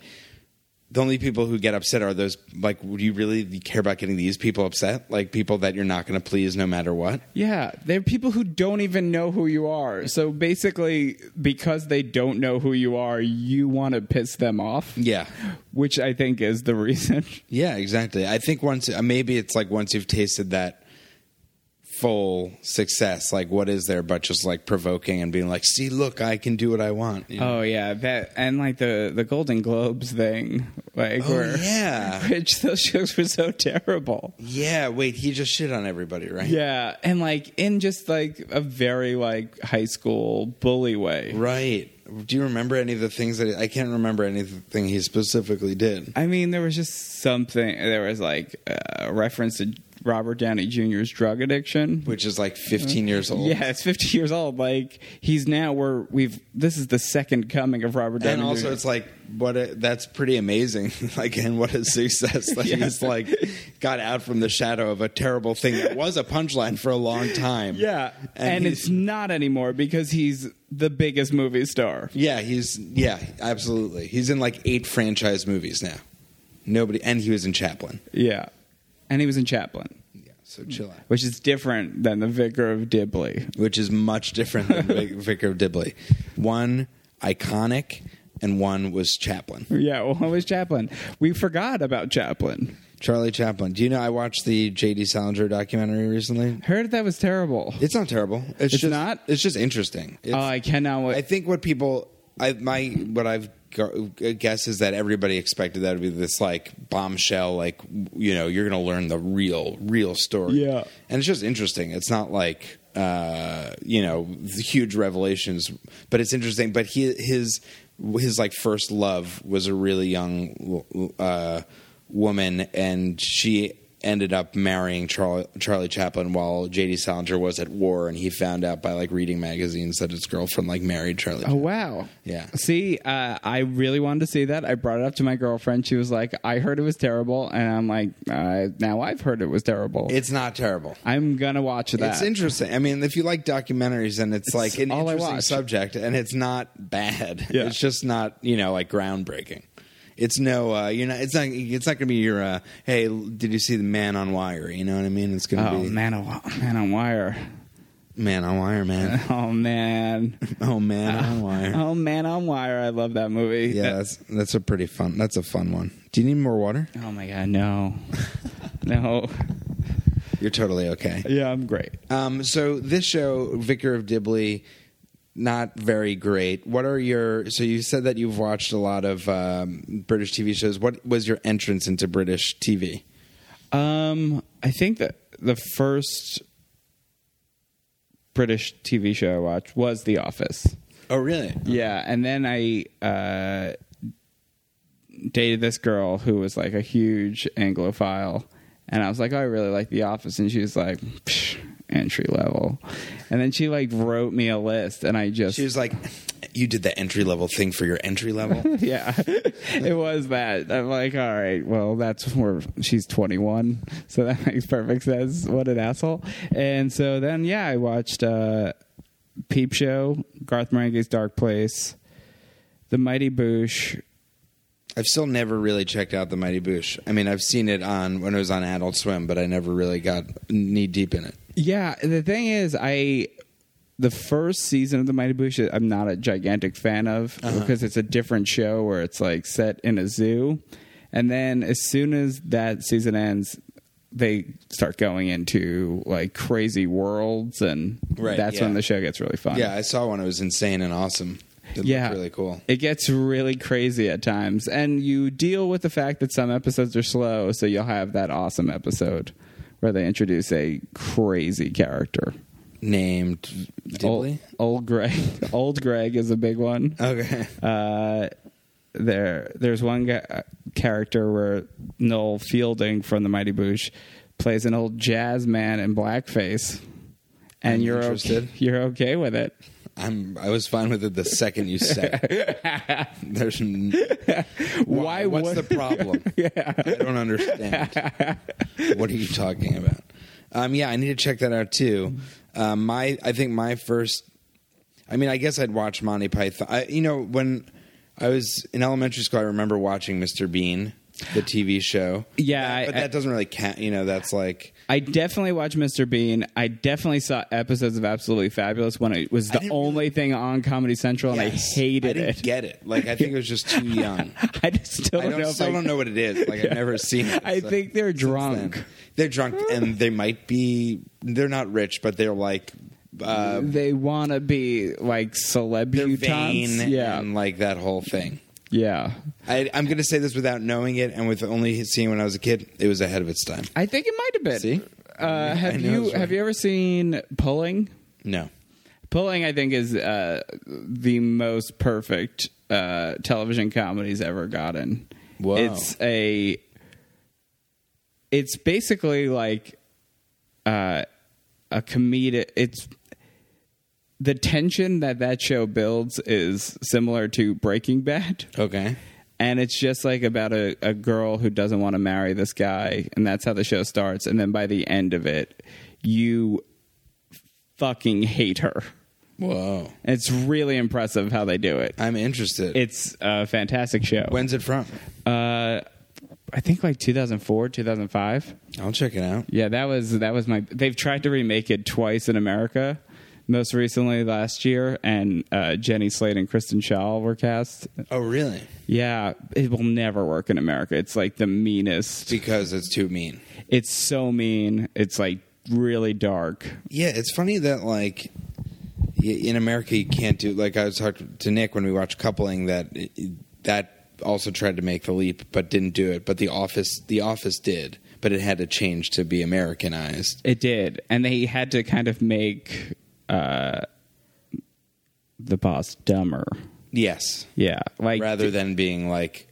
S1: the only people who get upset are those like would you really care about getting these people upset? Like people that you're not going to please no matter what?
S4: Yeah, they're people who don't even know who you are. So basically, because they don't know who you are, you want to piss them off.
S1: Yeah.
S4: Which I think is the reason.
S1: Yeah, exactly. I think once uh, maybe it's like once you've tasted that full success, like what is there but just like provoking and being like, "See, look, I can do what I want." you know?
S4: Oh yeah, that and like the the Golden Globes thing, like
S1: Oh,
S4: where
S1: yeah.
S4: which those shows were so terrible.
S1: Yeah, wait, he just shit on everybody, right?
S4: Yeah, and like in just like a very like high school bully way.
S1: Right. Do you remember any of the things that I can't remember anything he specifically did?
S4: I mean, there was just something. There was like a reference to Robert Downey Jr.'s drug addiction,
S1: Which is like 15 years old.
S4: Mm-hmm. Yeah, it's 50 years old. Like he's now where we've. This is the second coming of Robert Downey.
S1: And also,
S4: Jr..
S1: it's like what a, that's pretty amazing. like, and what a success that
S4: Yeah.
S1: he's like got out from the shadow of a terrible thing that was a punchline for a long time.
S4: yeah, and,
S1: he's-
S4: it's not anymore because he's the biggest movie star.
S1: Yeah, he's yeah, absolutely. He's in like eight franchise movies now. Nobody, and he was in Chaplin. Mm.
S4: Yeah, and he was in Chaplin,
S1: Yeah, so chill out.
S4: which is different than the Vicar of Dibley.
S1: Which is much different than Vic- Vicar of Dibley. One iconic, and one was Chaplin.
S4: Yeah, well, it was Chaplin. We forgot about Chaplin.
S1: Charlie Chaplin. Do you know? I watched the J.D. Salinger documentary recently.
S4: Heard that was terrible.
S1: It's not terrible. It's, Uh,
S4: It's
S1: just,
S4: not?
S1: It's just interesting. It's,
S4: Oh, I cannot. Wait.
S1: I think what people, I my what I've gu- guess is that everybody expected that to be this like bombshell, like you know, you're going to learn the real, real story.
S4: Yeah.
S1: and it's just interesting. It's not like uh, you know the huge revelations, but it's interesting. But he his his like first love was a really young uh, woman, and she ended up marrying Charlie, Charlie Chaplin while J.D. Salinger was at war, and he found out by like reading magazines that his girlfriend like married Charlie.
S4: Oh wow!
S1: Yeah.
S4: See, uh, I really wanted to see that. I brought it up to my girlfriend. She was like, "I heard it was terrible," and I'm like, uh, "Now I've heard it was terrible.
S1: It's not terrible.
S4: I'm gonna watch that."
S1: It's interesting. I mean, if you like documentaries, and it's, like an
S4: all I
S1: interesting
S4: watch.
S1: subject, and it's not bad.
S4: Yeah.
S1: It's just not you know like groundbreaking. It's no, uh, you're not. It's not. It's not going to be your. Uh, hey, l- did you see the Man on Wire? You know what I mean? It's going to
S4: Oh
S1: be
S4: man, on Wi- man on wire.
S1: Man on Wire, man.
S4: Oh man,
S1: oh man on Wire.
S4: oh man on wire. I love that movie.
S1: yeah,
S4: That-
S1: that's that's a pretty fun. That's a fun one. Do you need more water?
S4: oh my god, no, no.
S1: You're totally okay.
S4: Yeah, I'm great.
S1: Um, so this show, Vicar of Dibley, not very great. What are your? So you said that you've watched a lot of um, British TV shows. What was your entrance into British TV?
S4: Um, I think that the first British TV show I watched was The Office.
S1: Oh, really?
S4: Yeah, and then I uh, dated this girl who was like a huge Anglophile, and I was like, oh, I really like The Office, and she was like, "Psh, entry level, and then she like wrote me a list, and I just
S1: She was like, "You did the entry level thing for your entry level."
S4: yeah, it was that. I'm like, all right, well, that's where she's 21, so that makes perfect sense. What an asshole! And so then, yeah, I watched uh, Peep Show, Garth Marenghi's Dark Place, The Mighty Boosh.
S1: I've still never really checked out the Mighty Boosh. I mean, I've seen it on when it was on Adult Swim, but I never really got knee deep in it.
S4: Yeah, the thing is, I the first season of the Mighty Boosh, I'm not a gigantic fan of
S1: Uh-huh.
S4: because it's a different show where it's like set in a zoo, and then as soon as that season ends, they start going into like crazy worlds, and
S1: Right,
S4: that's
S1: yeah.
S4: when the show gets really fun.
S1: Yeah, I saw one. It was insane and awesome. It looked
S4: Yeah.
S1: really cool.
S4: It gets really crazy at times, and you deal with the fact that some episodes are slow, so you'll have that awesome episode where they introduce a crazy character.
S1: Named Dibley.
S4: Old, old Greg. old Greg is a big one.
S1: Okay.
S4: Uh, there, there's one ga- character where Noel Fielding from The Mighty Boosh plays an old jazz man in blackface, and
S1: I'm
S4: you're okay,
S1: interested.
S4: you're okay with it.
S1: I'm. I was fine with it the second you said. It. There's n-
S4: Why
S1: What's
S4: would-
S1: the problem? I don't understand. what are you talking about? Um, yeah, I need to check that out too. Um, my, I think my first. I mean, I guess I'd watch Monty Python. I, you know, when I was in elementary school, I remember watching Mr. Bean, the TV show.
S4: Yeah,
S1: That-
S4: I-
S1: but that
S4: I-
S1: doesn't really count. You know, that's like
S4: I definitely watched Mr. Bean. I definitely saw episodes of Absolutely Fabulous when it was the
S1: didn't
S4: only thing on Comedy Central, and
S1: Yes.
S4: I hated
S1: I didn't
S4: it.
S1: Get it? Like I think it was just too young.
S4: I just don't
S1: I don't,
S4: know.
S1: still
S4: if I,
S1: don't know what it is. Like I've never seen it.
S4: I
S1: so-
S4: think they're
S1: since then.
S4: drunk.
S1: They're drunk, and they might be. They're not rich, but they're like uh,
S4: they want to be like
S1: they're
S4: celebutants.
S1: vain,
S4: yeah,
S1: and like that whole thing.
S4: yeah.
S1: I, I'm going to say this without knowing it, and with only seeing it when I was a kid, it was ahead of its time.
S4: I think it might have been.
S1: See?
S4: Uh, have
S1: knew it
S4: you
S1: was right.
S4: have you ever seen Pulling?
S1: No,
S4: Pulling, I think, is uh, the most perfect uh, television comedy's ever gotten.
S1: Wow.
S4: It's a. It's basically like uh, a comedic. It's the tension that that show builds is similar to Breaking Bad
S1: okay,
S4: and it's just like about a, a girl who doesn't want to marry this guy and that's how the show starts and then by the end of it you fucking hate her
S1: whoa,
S4: And it's really impressive how they do it
S1: I'm interested.
S4: it's a fantastic show
S1: When's it from?
S4: uh, i think like 2004 2005
S1: I'll check it out.
S4: yeah that was that was my they've tried to remake it twice in america most recently last year and uh, jenny slate and kristen shaw were cast
S1: Oh, really?
S4: yeah it will never work in america it's like the meanest
S1: Because it's too mean.
S4: It's so mean. It's like really dark.
S1: Yeah, it's funny that like y- in America you can't do like I was talking to Nick when we watched Coupling that it, that also tried to make the leap but didn't do it. But the office the office did, but it had to change to be Americanized.
S4: It did, and they had to kind of make uh, the boss dumber.
S1: Yes.
S4: Yeah, like
S1: Rather than being like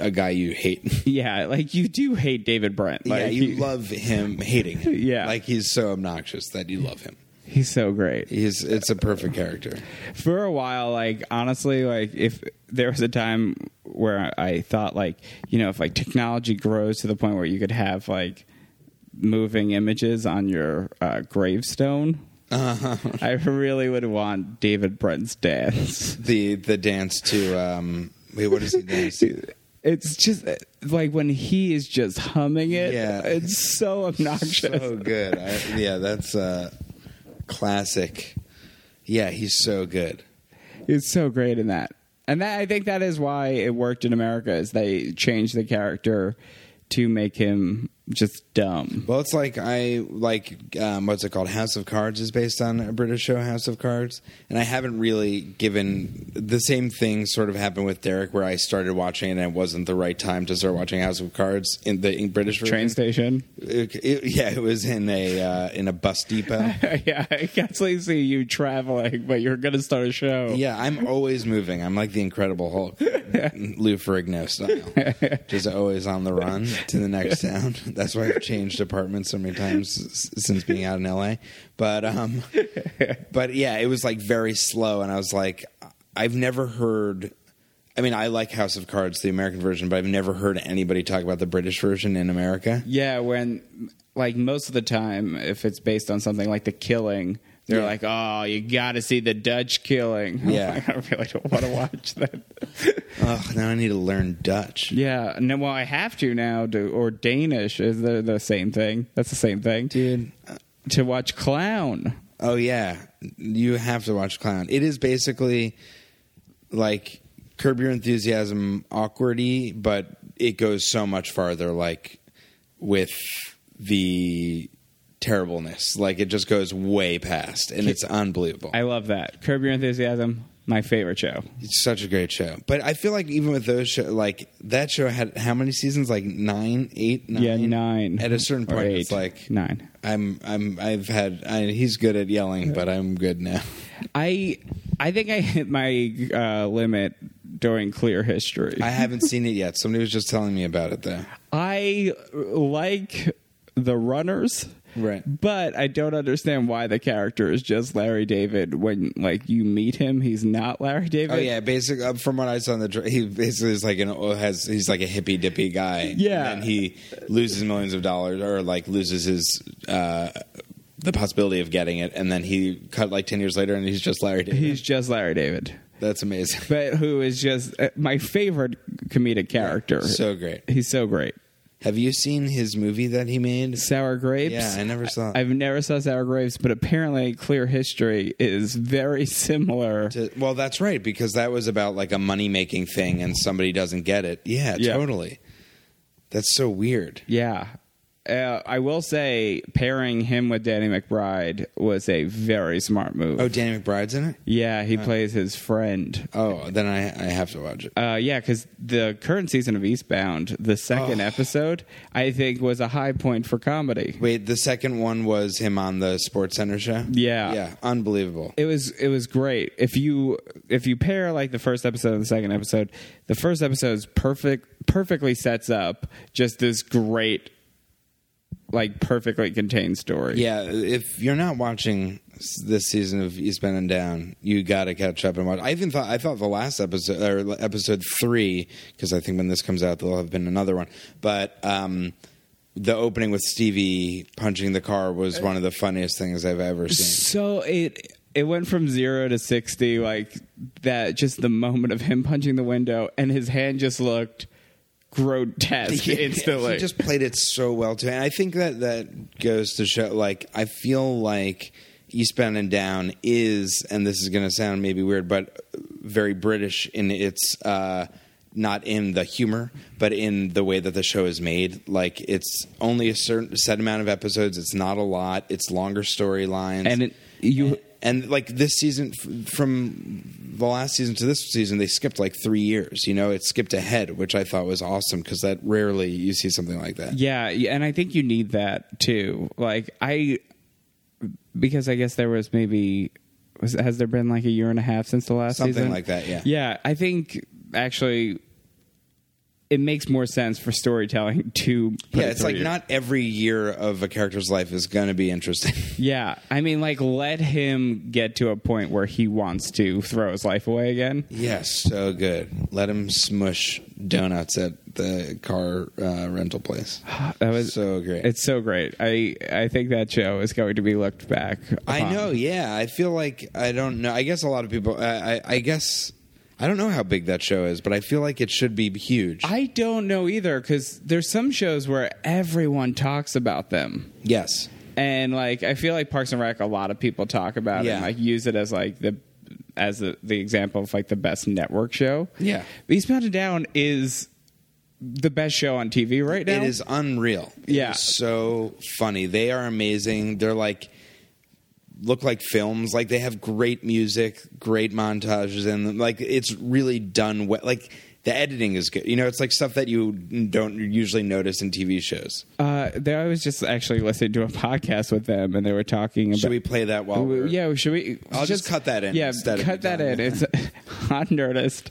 S1: a guy you hate.
S4: yeah, like you do hate David Brent. Like,
S1: yeah, you
S4: he-
S1: love him hating him.
S4: Yeah.
S1: Like he's so obnoxious that you love him.
S4: he's so great.
S1: He's it's a perfect character.
S4: for a while like honestly like if there was a time where i thought like you know if like technology grows to the point where you could have like moving images on your uh, gravestone
S1: Uh-huh.
S4: i really would want david brent's dance
S1: The the dance to um wait, what is he dance to?
S4: it's just uh, like when he is just humming it
S1: Yeah.
S4: it's so obnoxious
S1: so good. I, yeah, that's uh, classic. Yeah, he's so good.
S4: It's so great in that. And that I think that is why it worked in America is they changed the character to make him just dumb.
S1: Well, it's like I like um, what's it called? House of Cards is based on a British show, House of Cards, and I haven't really given the same thing. Sort of happened with Derek, where I started watching it and it wasn't the right time to start watching House of Cards in the in British version.
S4: Train station.
S1: It- it- yeah, it was in a uh, in a bus depot.
S4: yeah, I can see you traveling, but you're gonna start a show.
S1: Yeah, I'm always moving. I'm like the Incredible Hulk, Lou Ferrigno style, just always on the run to the next town. That's why I've changed apartments so many times s- since being out in L.A. But um, but yeah, it was like very slow, and I was like, I've never heard. I mean, I like House of Cards, the American version, but I've never heard anybody talk about the British version in America.
S4: Yeah, when like most of the time if it's based on something like the killing, they're
S1: Yeah.
S4: like, Oh, you gotta see the Dutch killing. I'm
S1: Yeah.
S4: like, I really don't wanna watch that.
S1: Ugh, now I need to learn Dutch.
S4: Yeah, no. Well, I have to now. To, or Danish is the the same thing. That's the same thing, dude. To watch clown.
S1: Oh yeah, you have to watch Clown. It is basically like Curb Your Enthusiasm, awkwardy, but it goes so much farther. Like with the terribleness, like it just goes way past, and it's unbelievable.
S4: I love that. Curb Your Enthusiasm, my favorite show.
S1: It's such a great show. But I feel like even with those show, like that show had how many seasons? Like nine, eight, nine.
S4: Yeah, nine.
S1: At a certain
S4: Or
S1: point, it's
S4: eight.
S1: like
S4: nine.
S1: I'm, I'm, I've had. I, he's good at yelling, but I'm good now.
S4: I I think I hit my uh, limit during Clear History.
S1: I
S4: I,
S1: haven't seen it yet. Somebody was just telling me about it though.
S4: like the Runners.
S1: Right.
S4: But I don't understand why the character is just Larry David when like you meet him, he's not Larry David.
S1: Oh yeah, basically uh, from what I saw in the tra- he basically is like an oh, has he's like a hippy dippy guy.
S4: Yeah.
S1: and then he loses millions of dollars or like loses his uh, the possibility of getting it, and then he cut like ten years later, and he's just Larry David.
S4: He's just Larry David.
S1: That's amazing.
S4: but who is just uh, my favorite comedic character.
S1: So great.
S4: He's so great.
S1: Have you seen his movie that he made?
S4: Sour grapes.
S1: Yeah, I never saw it.
S4: I've never saw sour grapes, but apparently, Clear History is very similar.
S1: To- well, that's right because that was about like a money making thing, and somebody doesn't get it. Yeah,
S4: Yeah.
S1: totally. That's so weird.
S4: yeah, uh, I will say pairing him with Danny McBride was a very smart move.
S1: Oh, Danny McBride's in it.
S4: yeah, he plays his friend.
S1: Oh, then I, I have to watch it.
S4: Uh, yeah, because the current season of Eastbound, the second episode, I think was a high point for comedy.
S1: Wait, the second one was him on the Sports Center show.
S4: Yeah.
S1: yeah, unbelievable.
S4: it was it was great. If you if you pair like the first episode and the second episode, the first episode's perfect perfectly sets up just this great like perfectly contained story.
S1: Yeah, if you're not watching s- this season of Eastbound and Down, you got to catch up and watch. I even thought I thought the last episode or episode three because I think when this comes out there'll have been another one. But um, the opening with Stevie punching the car was one of the funniest things I've ever seen.
S4: So it it went from 0 to 60 like that just the moment of him punching the window and his hand just looked grotesque instantly.
S1: He just played it so well too, and I think that that goes to show. Like, I feel like Eastbound and Down is, and this is going to sound maybe weird, but very British in its. Uh, not in the humor, but in the way that the show is made. Like it's only a certain set amount of episodes. It's not a lot. It's longer storylines,
S4: and it, you
S1: and like this season f- from the last season to this season they skipped like three years you know it skipped ahead which i thought was awesome because that rarely you see something like that
S4: Yeah, y- and I think you need that too. Like I, because I guess there was maybe was, has there been like a year and a half since the last
S1: Something
S4: season?
S1: like that, yeah.
S4: yeah. I think actually, it makes more sense for storytelling to put
S1: yeah
S4: it
S1: it's like
S4: through.
S1: not every year of a character's life is going to be interesting
S4: yeah. I mean, like let him get to a point where he wants to throw his life away again.
S1: yes so good let him smush donuts at the car uh, rental place
S4: That was
S1: So great.
S4: It's so great. I I think that show is going to be looked back.
S1: I
S4: upon.
S1: know. Yeah, I feel like I don't know. I guess a lot of people. I, I, I guess I don't know how big that show is, but I feel like it should be huge.
S4: I don't know either because there's some shows where everyone talks about them,
S1: yes.
S4: and like I feel like Parks and Rec, a lot of people talk about it,
S1: Yeah.
S4: and like use it as like the as the, the example of like the best network show.
S1: Yeah.
S4: Eastbound and Down is the best show on TV right now.
S1: It is unreal. It
S4: Yeah.
S1: is so funny. They are amazing. They're like look like films. Like they have great music, great montages in them. Like it's really done well. Like the editing is good. You know, it's like stuff that you don't usually notice in TV shows.
S4: Uh, there, I was just actually listening to a podcast with them, and they were talking about.
S1: Should we play that while?
S4: Well,
S1: we're-
S4: yeah, should we?
S1: I'll just cut that in
S4: Yeah,
S1: instead of
S4: cut that
S1: the
S4: in. It's on Nerdist,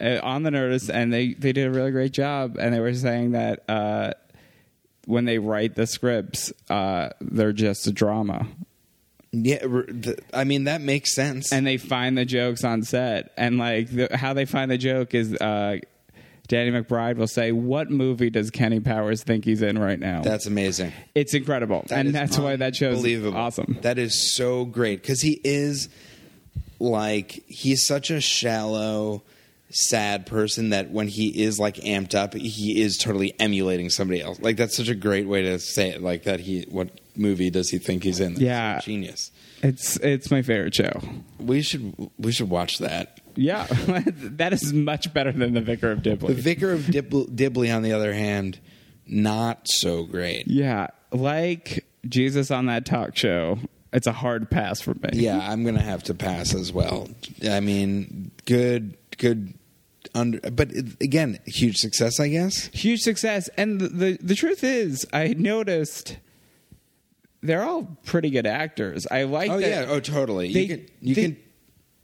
S4: uh, on the Nerdist, and they they did a really great job. And they were saying that uh, when they write the scripts, uh, they're just a drama,
S1: Yeah, r- th- I mean that makes sense.
S4: and they find the jokes on set, and like the, how they find the joke is. Uh, Danny McBride will say, "What movie does Kenny Powers think he's in right now?"
S1: That's amazing.
S4: it's incredible,
S1: That
S4: and
S1: is
S4: that's why that show's
S1: unbelievable.
S4: awesome.
S1: That is so great because he is like he's such a shallow, sad person that when he is like amped up, he is totally emulating somebody else. Like that's such a great way to say it. Like that he what movie does he think he's in? That's
S4: Yeah.
S1: genius.
S4: It's it's my favorite show.
S1: We should we should watch that.
S4: Yeah, that is much better than the Vicar of
S1: The
S4: Dibley.
S1: Vicar of Dib- Dibley, on the other hand, not so great.
S4: yeah, like Jesus on that talk show, it's a hard pass for me.
S1: Yeah, I'm gonna have to pass as well. I mean, good, good. Under, but it- again, huge success, I guess.
S4: huge success. And the the, the truth is, I noticed they're all pretty good actors. I like.
S1: Oh
S4: that
S1: yeah, oh totally.
S4: they-
S1: you can, you
S4: they-
S1: can.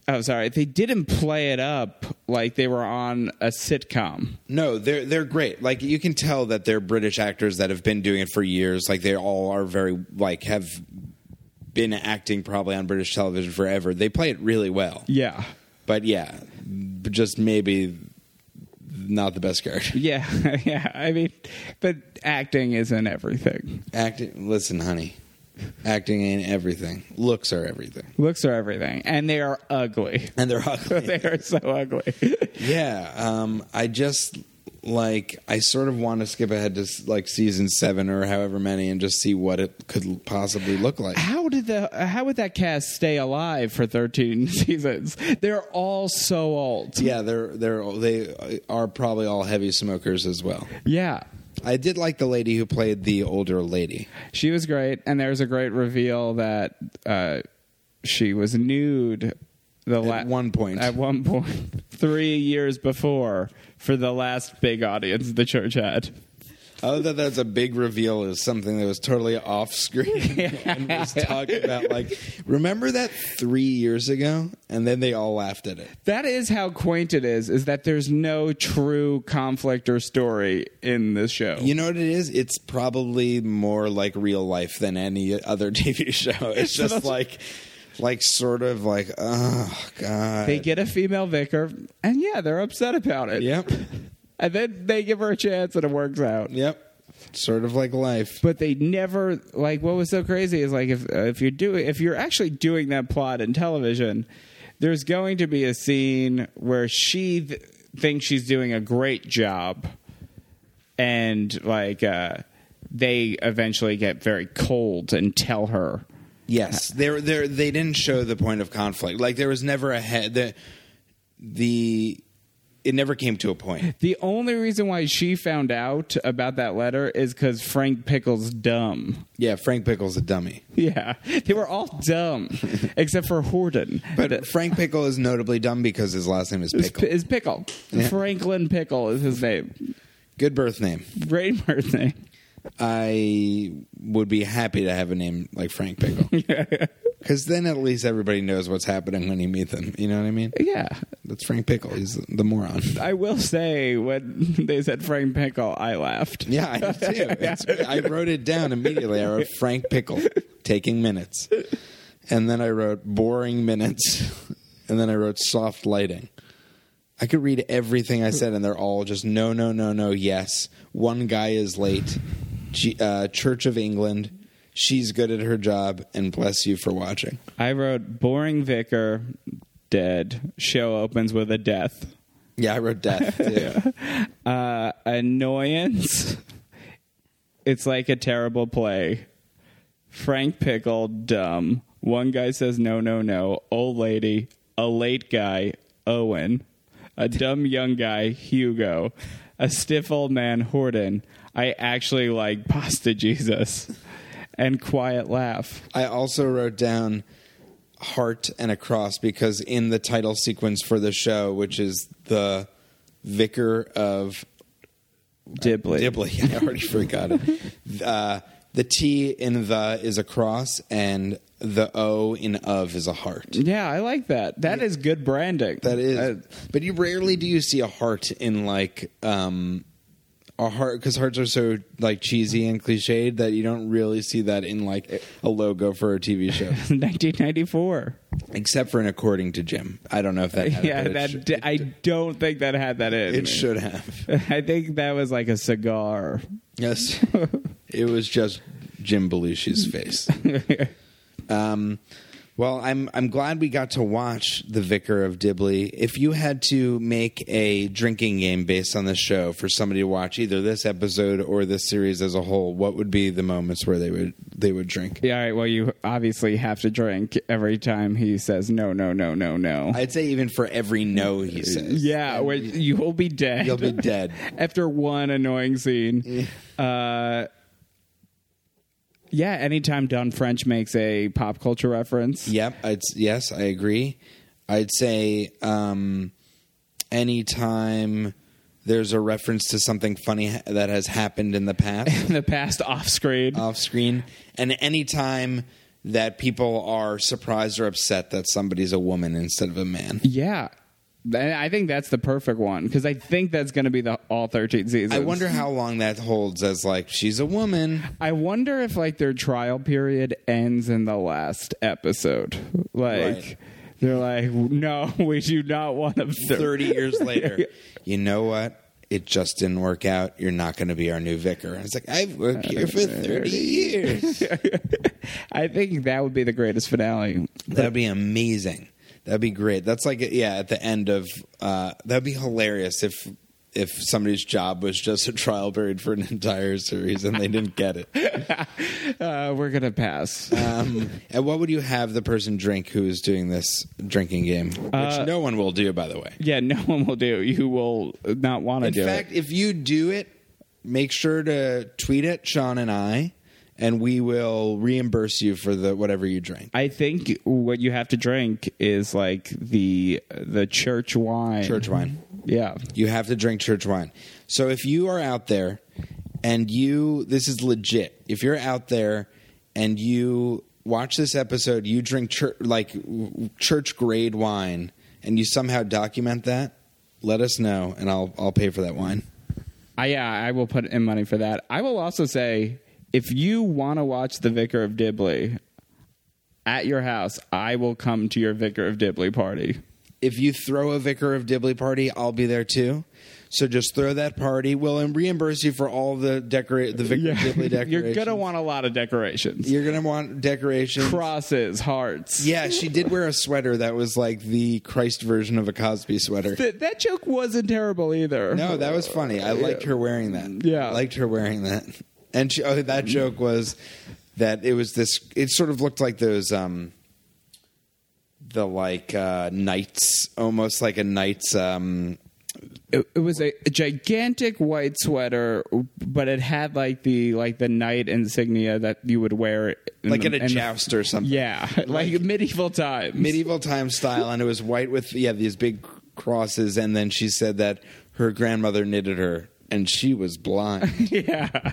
S4: Oh, sorry. They didn't play it up like they were on a sitcom.
S1: No, they're they're great. Like you can tell that they're British actors that have been doing it for years. Like they all are very like have been acting probably on British television forever. They play it really well.
S4: Yeah.
S1: But yeah, but just maybe not the best character.
S4: Yeah, yeah. I mean, but acting isn't everything.
S1: Acting. Listen, honey, acting ain't everything. Looks are everything.
S4: Looks are everything, and they are ugly.
S1: and they're ugly.
S4: they are so ugly.
S1: yeah, um, I just like I sort of want to skip ahead to like season seven or however many and just see what it could possibly look like.
S4: How did the how would that cast stay alive for 13 seasons? They're all so old.
S1: Yeah, they're they're they are probably all heavy smokers as well.
S4: Yeah.
S1: I did like the lady who played the older lady.
S4: She was great and there was a great reveal that uh, she was nude the la-
S1: At one point.
S4: At one point 3 years before for the last big audience the church had.
S1: Oh, that that's a big reveal is something that was totally off screen and was talked about. Like, remember that three years ago, and then they all laughed at it.
S4: That is how quaint it is is that there's no true conflict or story in this show.
S1: You know what it is? It's probably more like real life than any other TV show. It's just like, like sort of like, oh god.
S4: they get a female vicar and yeah, they're upset about it.
S1: Yep.
S4: And then they give her a chance and it works out.
S1: Yep. Sort of like life.
S4: But they never like what was so crazy is like if uh, if you're doing if you're actually doing that plot in television, there's going to be a scene where she th- thinks she's doing a great job and like uh they eventually get very cold and tell her
S1: Yes, there, there. They didn't show the point of conflict. Like there was never a head. The, the it never came to a point.
S4: The only reason why she found out about that letter is because Frank Pickle's dumb.
S1: Yeah, Frank Pickle's a dummy.
S4: Yeah, they were all dumb except for Horton.
S1: But
S4: The-
S1: Frank Pickle is notably dumb because his last name is
S4: is
S1: Pickle.
S4: Pickle. Is Pickle. Franklin Pickle is his name.
S1: Good birth name.
S4: Brain birth name.
S1: I would be happy to have a name like Frank Pickle. Because then at least everybody knows what's happening when you meet them. You know what I mean?
S4: Yeah.
S1: That's Frank Pickle. He's the moron.
S4: I will say when they said Frank Pickle, I laughed.
S1: Yeah, I do. It's, I wrote it down immediately. I wrote Frank Pickle taking minutes. And then I wrote boring minutes. And then I wrote soft lighting. I could read everything I said, and they're all just no, no, no, no, yes. One guy is late. G- uh, Church of England. She's good at her job, and bless you for watching.
S4: I wrote boring vicar dead. Show opens with a death.
S1: Yeah, I wrote death too.
S4: Uh, annoyance. It's like a terrible play. Frank Pickle dumb. One guy says no no no. Old lady. A late guy. Owen. A dumb young guy. Hugo. A stiff old man. Horton. I actually like pasta Jesus. And quiet laugh.
S1: I also wrote down heart and a cross because in the title sequence for the show, which is the vicar of
S4: Dibley.
S1: Dibley, I already forgot it. Uh, the T in the is a cross, and the O in of is a heart.
S4: Yeah, I like that. That is good branding.
S1: That is,
S4: Uh,
S1: but you rarely do you see a heart in like um, a heart because hearts are so like cheesy and cliched that you don't really see that in like a logo for a TV show.
S4: 1994.
S1: except for an according to Jim. I don't know if that. Had it,
S4: yeah,
S1: but it
S4: that
S1: should-
S4: d I don't think that had that in.
S1: it should have.
S4: I think that was like a cigar.
S1: Yes, it was just Jim Belushi's face. um, well, I'm I'm glad we got to watch The Vicar of Dibley. If you had to make a drinking game based on this show for somebody to watch either this episode or this series as a whole, what would be the moments where they would they would drink?
S4: Yeah, all right, well, you obviously have to drink every time he says no, no, no, no, no.
S1: I'd say even for every no he says.
S4: yeah, where you will be dead.
S1: You'll be dead.
S4: after one annoying scene. uh, yeah, anytime Don French makes a pop culture reference.
S1: Yep. I'd, yes, I agree. I'd say um, anytime there's a reference to something funny ha- that has happened in the past
S4: In the past off screen.
S1: off screen, and anytime that people are surprised or upset that somebody's a woman instead of a man.
S4: Yeah. And I think that's the perfect one because I think that's going to be the all 13 seasons.
S1: I wonder how long that holds as like she's a woman.
S4: I wonder if like their trial period ends in the last episode. Like
S1: Right.
S4: they're like, no, we do not want to.
S1: 30 years later. You know what? It just didn't work out. You're not going to be our new vicar. And it's like, I've worked here for 30 years.
S4: I think that would be the greatest finale.
S1: That'd be amazing. That'd be great. That's like yeah, at the end of uh, that'd be hilarious if if somebody's job was just a trial period for an entire series and they didn't get it.
S4: Uh, we're gonna pass.
S1: Um, and what would you have the person drink who is doing this drinking game, which no one will do, by the way.
S4: yeah, no one will do. You will not want to
S1: In
S4: do
S1: fact,
S4: it.
S1: if you do it, make sure to tweet it, Sean and I, and we will reimburse you for the whatever you drank.
S4: I think what you have to drink is like the the church wine.
S1: Church wine.
S4: Yeah.
S1: You have to drink church wine. So if you are out there and you, this is legit. If you're out there and you watch this episode, you drink chur- like w- church grade wine, and you somehow document that, let us know, and I'll I'll pay for that wine.
S4: I, yeah, I will put in money for that. I will also say if you want to watch The Vicar of Dibley at your house, I will come to your Vicar of Dibley party.
S1: If you throw a Vicar of Dibley party, I'll be there too. So just throw that party. We'll reimburse you for all the decorate the Vicar of Dibley decorations.
S4: You're going to want a lot of decorations.
S1: you're gonna want decorations.
S4: Crosses, hearts.
S1: Yeah, she did wear a sweater that was like the Christ version of a Cosby sweater.
S4: Th- that joke wasn't terrible either.
S1: No, that was funny. I liked her wearing that.
S4: Yeah.
S1: I liked her wearing that. And she, oh, that joke was that it was this. It sort of looked like those, um, the like uh, knights, almost like a knight's um,
S4: it, it was a, a gigantic white sweater, but it had like the like the knight insignia that you would wear, in
S1: Like
S4: the-
S1: at a
S4: in the-
S1: joust or something.
S4: Yeah, like, medieval times.
S1: medieval time style, and it was white with yeah these big crosses. And then she said that her grandmother knitted her, and she was blind,
S4: yeah,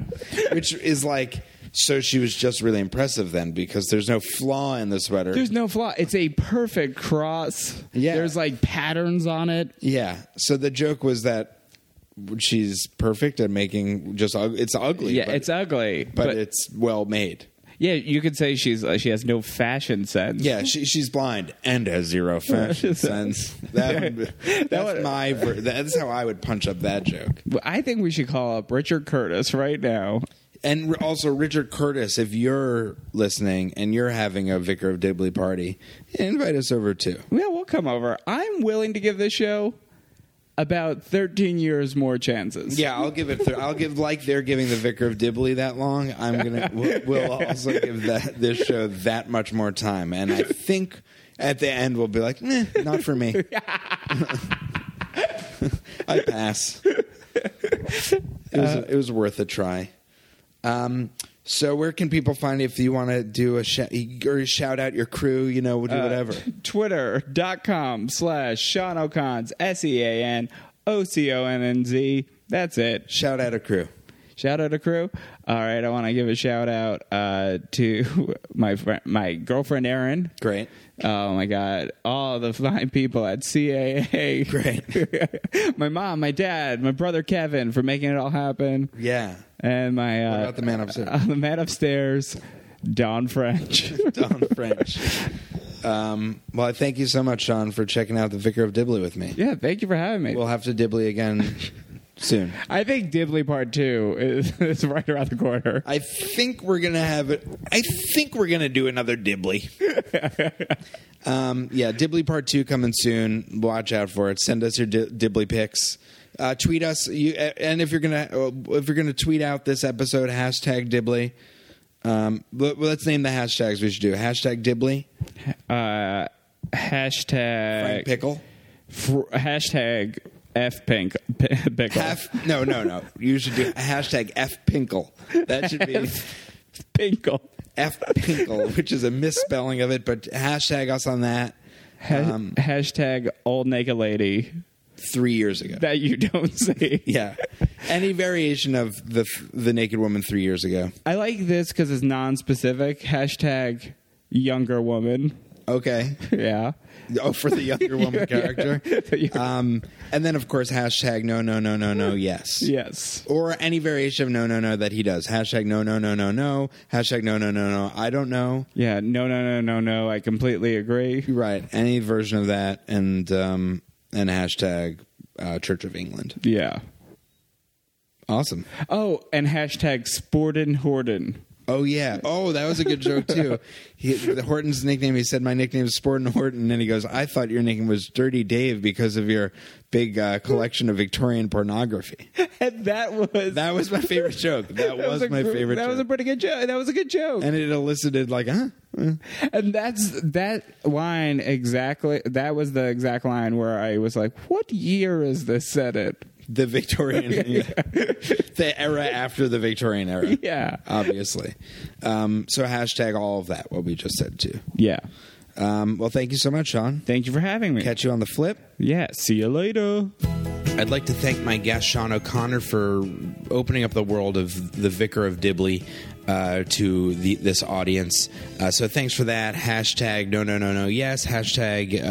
S1: which is like so she was just really impressive then because there's no flaw in the sweater.
S4: there's no flaw. It's a perfect cross.
S1: Yeah.
S4: there's like patterns on it.
S1: yeah, so the joke was that she's perfect at making just ug- it's ugly.
S4: Yeah,
S1: but-
S4: it's ugly,
S1: but, it's well made.
S4: yeah, you could say she's uh, she has no fashion sense.
S1: Yeah, she, she's blind and has zero fashion sense. That, would be- that's
S4: would-
S1: my ver- that's how I would punch up that joke.
S4: But I think we should call up Richard Curtis right now.
S1: And r- also, Richard Curtis, if you're listening and you're having a Vicar of Dibley party, invite us over too.
S4: Yeah, we'll come over. I'm willing to give this show about 13 years more chances.
S1: Yeah, I'll give it. Th- I'll give like they're giving the Vicar of Dibley that long. I'm gonna. We'll, we'll also give that this show that much more time. And I think at the end we'll be like, "Meh, not for me. I pass. It was, it was worth a try. Um, so where can people find you if you want to do a sh- or shout out your crew? You know, we'll do whatever.
S4: Twitter.com slash Sean O'Conn's S E A N O C O N N Z. That's it.
S1: Shout out a crew.
S4: Shout out to crew. All right, I want to give a shout out uh, to my friend, my girlfriend Erin.
S1: Great.
S4: Oh my God! All the fine people at CAA. Great. my mom, my dad, my brother Kevin for making it all happen.
S1: Yeah.
S4: And my uh,
S1: What about the man upstairs?
S4: uh, the man upstairs, Don French.
S1: Don French. Um, well, I thank you so much, Sean, for checking out the Vicar of Dibley with me.
S4: yeah, thank you for having me.
S1: We'll have to Dibley again soon.
S4: I think Dibley Part Two is, is right around the corner.
S1: I think we're gonna have it. I think we're gonna do another Dibley. um, yeah, Dibley Part Two coming soon. Watch out for it. Send us your di- Dibley pics. Uh, tweet us, you, and if you're gonna uh, if you're gonna tweet out this episode, hashtag Dibley. Um, let, let's name the hashtags we should do. Hashtag Dibley,
S4: Uh, hashtag
S1: Frank Pickle.
S4: fr- hashtag F Pink p- pickle.
S1: Half, no, no, no. You should do hashtag F Pinkle. That should be
S4: Pinkle.
S1: F Pinkle, which is a misspelling of it, but hashtag us on that
S4: Ha- hashtag old naked lady
S1: three years ago.
S4: that you don't see.
S1: yeah. Any variation of the the naked woman three years ago.
S4: I like this because it's non-specific. Hashtag younger woman.
S1: Okay.
S4: Yeah.
S1: Oh, for the younger woman character. Um, and then, of course, hashtag no, no, no, no, no, yes.
S4: Yes.
S1: Or any variation of no, no, no that he does. Hashtag no, no, no, no, no. Hashtag no, no, no, no. I don't know.
S4: Yeah. No. No. No. No. No. I completely agree.
S1: Right. Any version of that and um and hashtag uh, Church of England.
S4: Yeah.
S1: Awesome.
S4: Oh, and hashtag Sportin Horden.
S1: Oh yeah. Oh, that was a good joke too. He, the Horton's nickname. He said my nickname is Sportin Horton, and he goes, "I thought your nickname was Dirty Dave because of your big uh, collection of Victorian pornography."
S4: And that was
S1: That was my favorite joke. That, was,
S4: a
S1: my
S4: gr-
S1: favorite.
S4: That
S1: joke.
S4: was a pretty good joke. That was a good joke. And,
S1: and it elicited like, huh? Uh,
S4: that's that line exactly. That was the exact line where I was like, "What year is this set it?"
S1: The Victorian, the era after the Victorian era.
S4: Yeah.
S1: Uh, obviously. Um, so hashtag all of that. What we just said too.
S4: Yeah.
S1: Um, well, thank you so much, Sean.
S4: Thank you for having me.
S1: Catch you on the flip.
S4: yeah. See you later.
S1: I'd like to thank my guest, Sean O'Connor, for opening up the world of the Vicar of Dibley uh, to the, this audience. Uh, so thanks for that. Hashtag no, no, no, no, yes. Hashtag uh,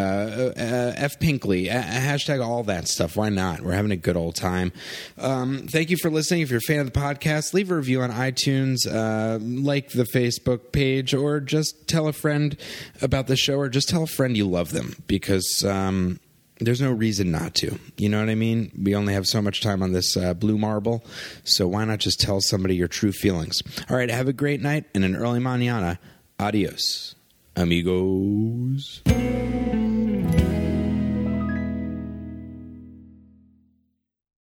S1: uh, F Pinkley. Uh, hashtag all that stuff. Why not? We're having a good old time. Um, thank you for listening. If you're a fan of the podcast, leave a review on iTunes, uh, like the Facebook page, or just tell a friend about the show, or just tell a friend you love them because. Um, there's no reason not to. You know what I mean? We only have so much time on this uh, blue marble, so why not just tell somebody your true feelings? All right, have a great night and an early mañana. Adios, amigos.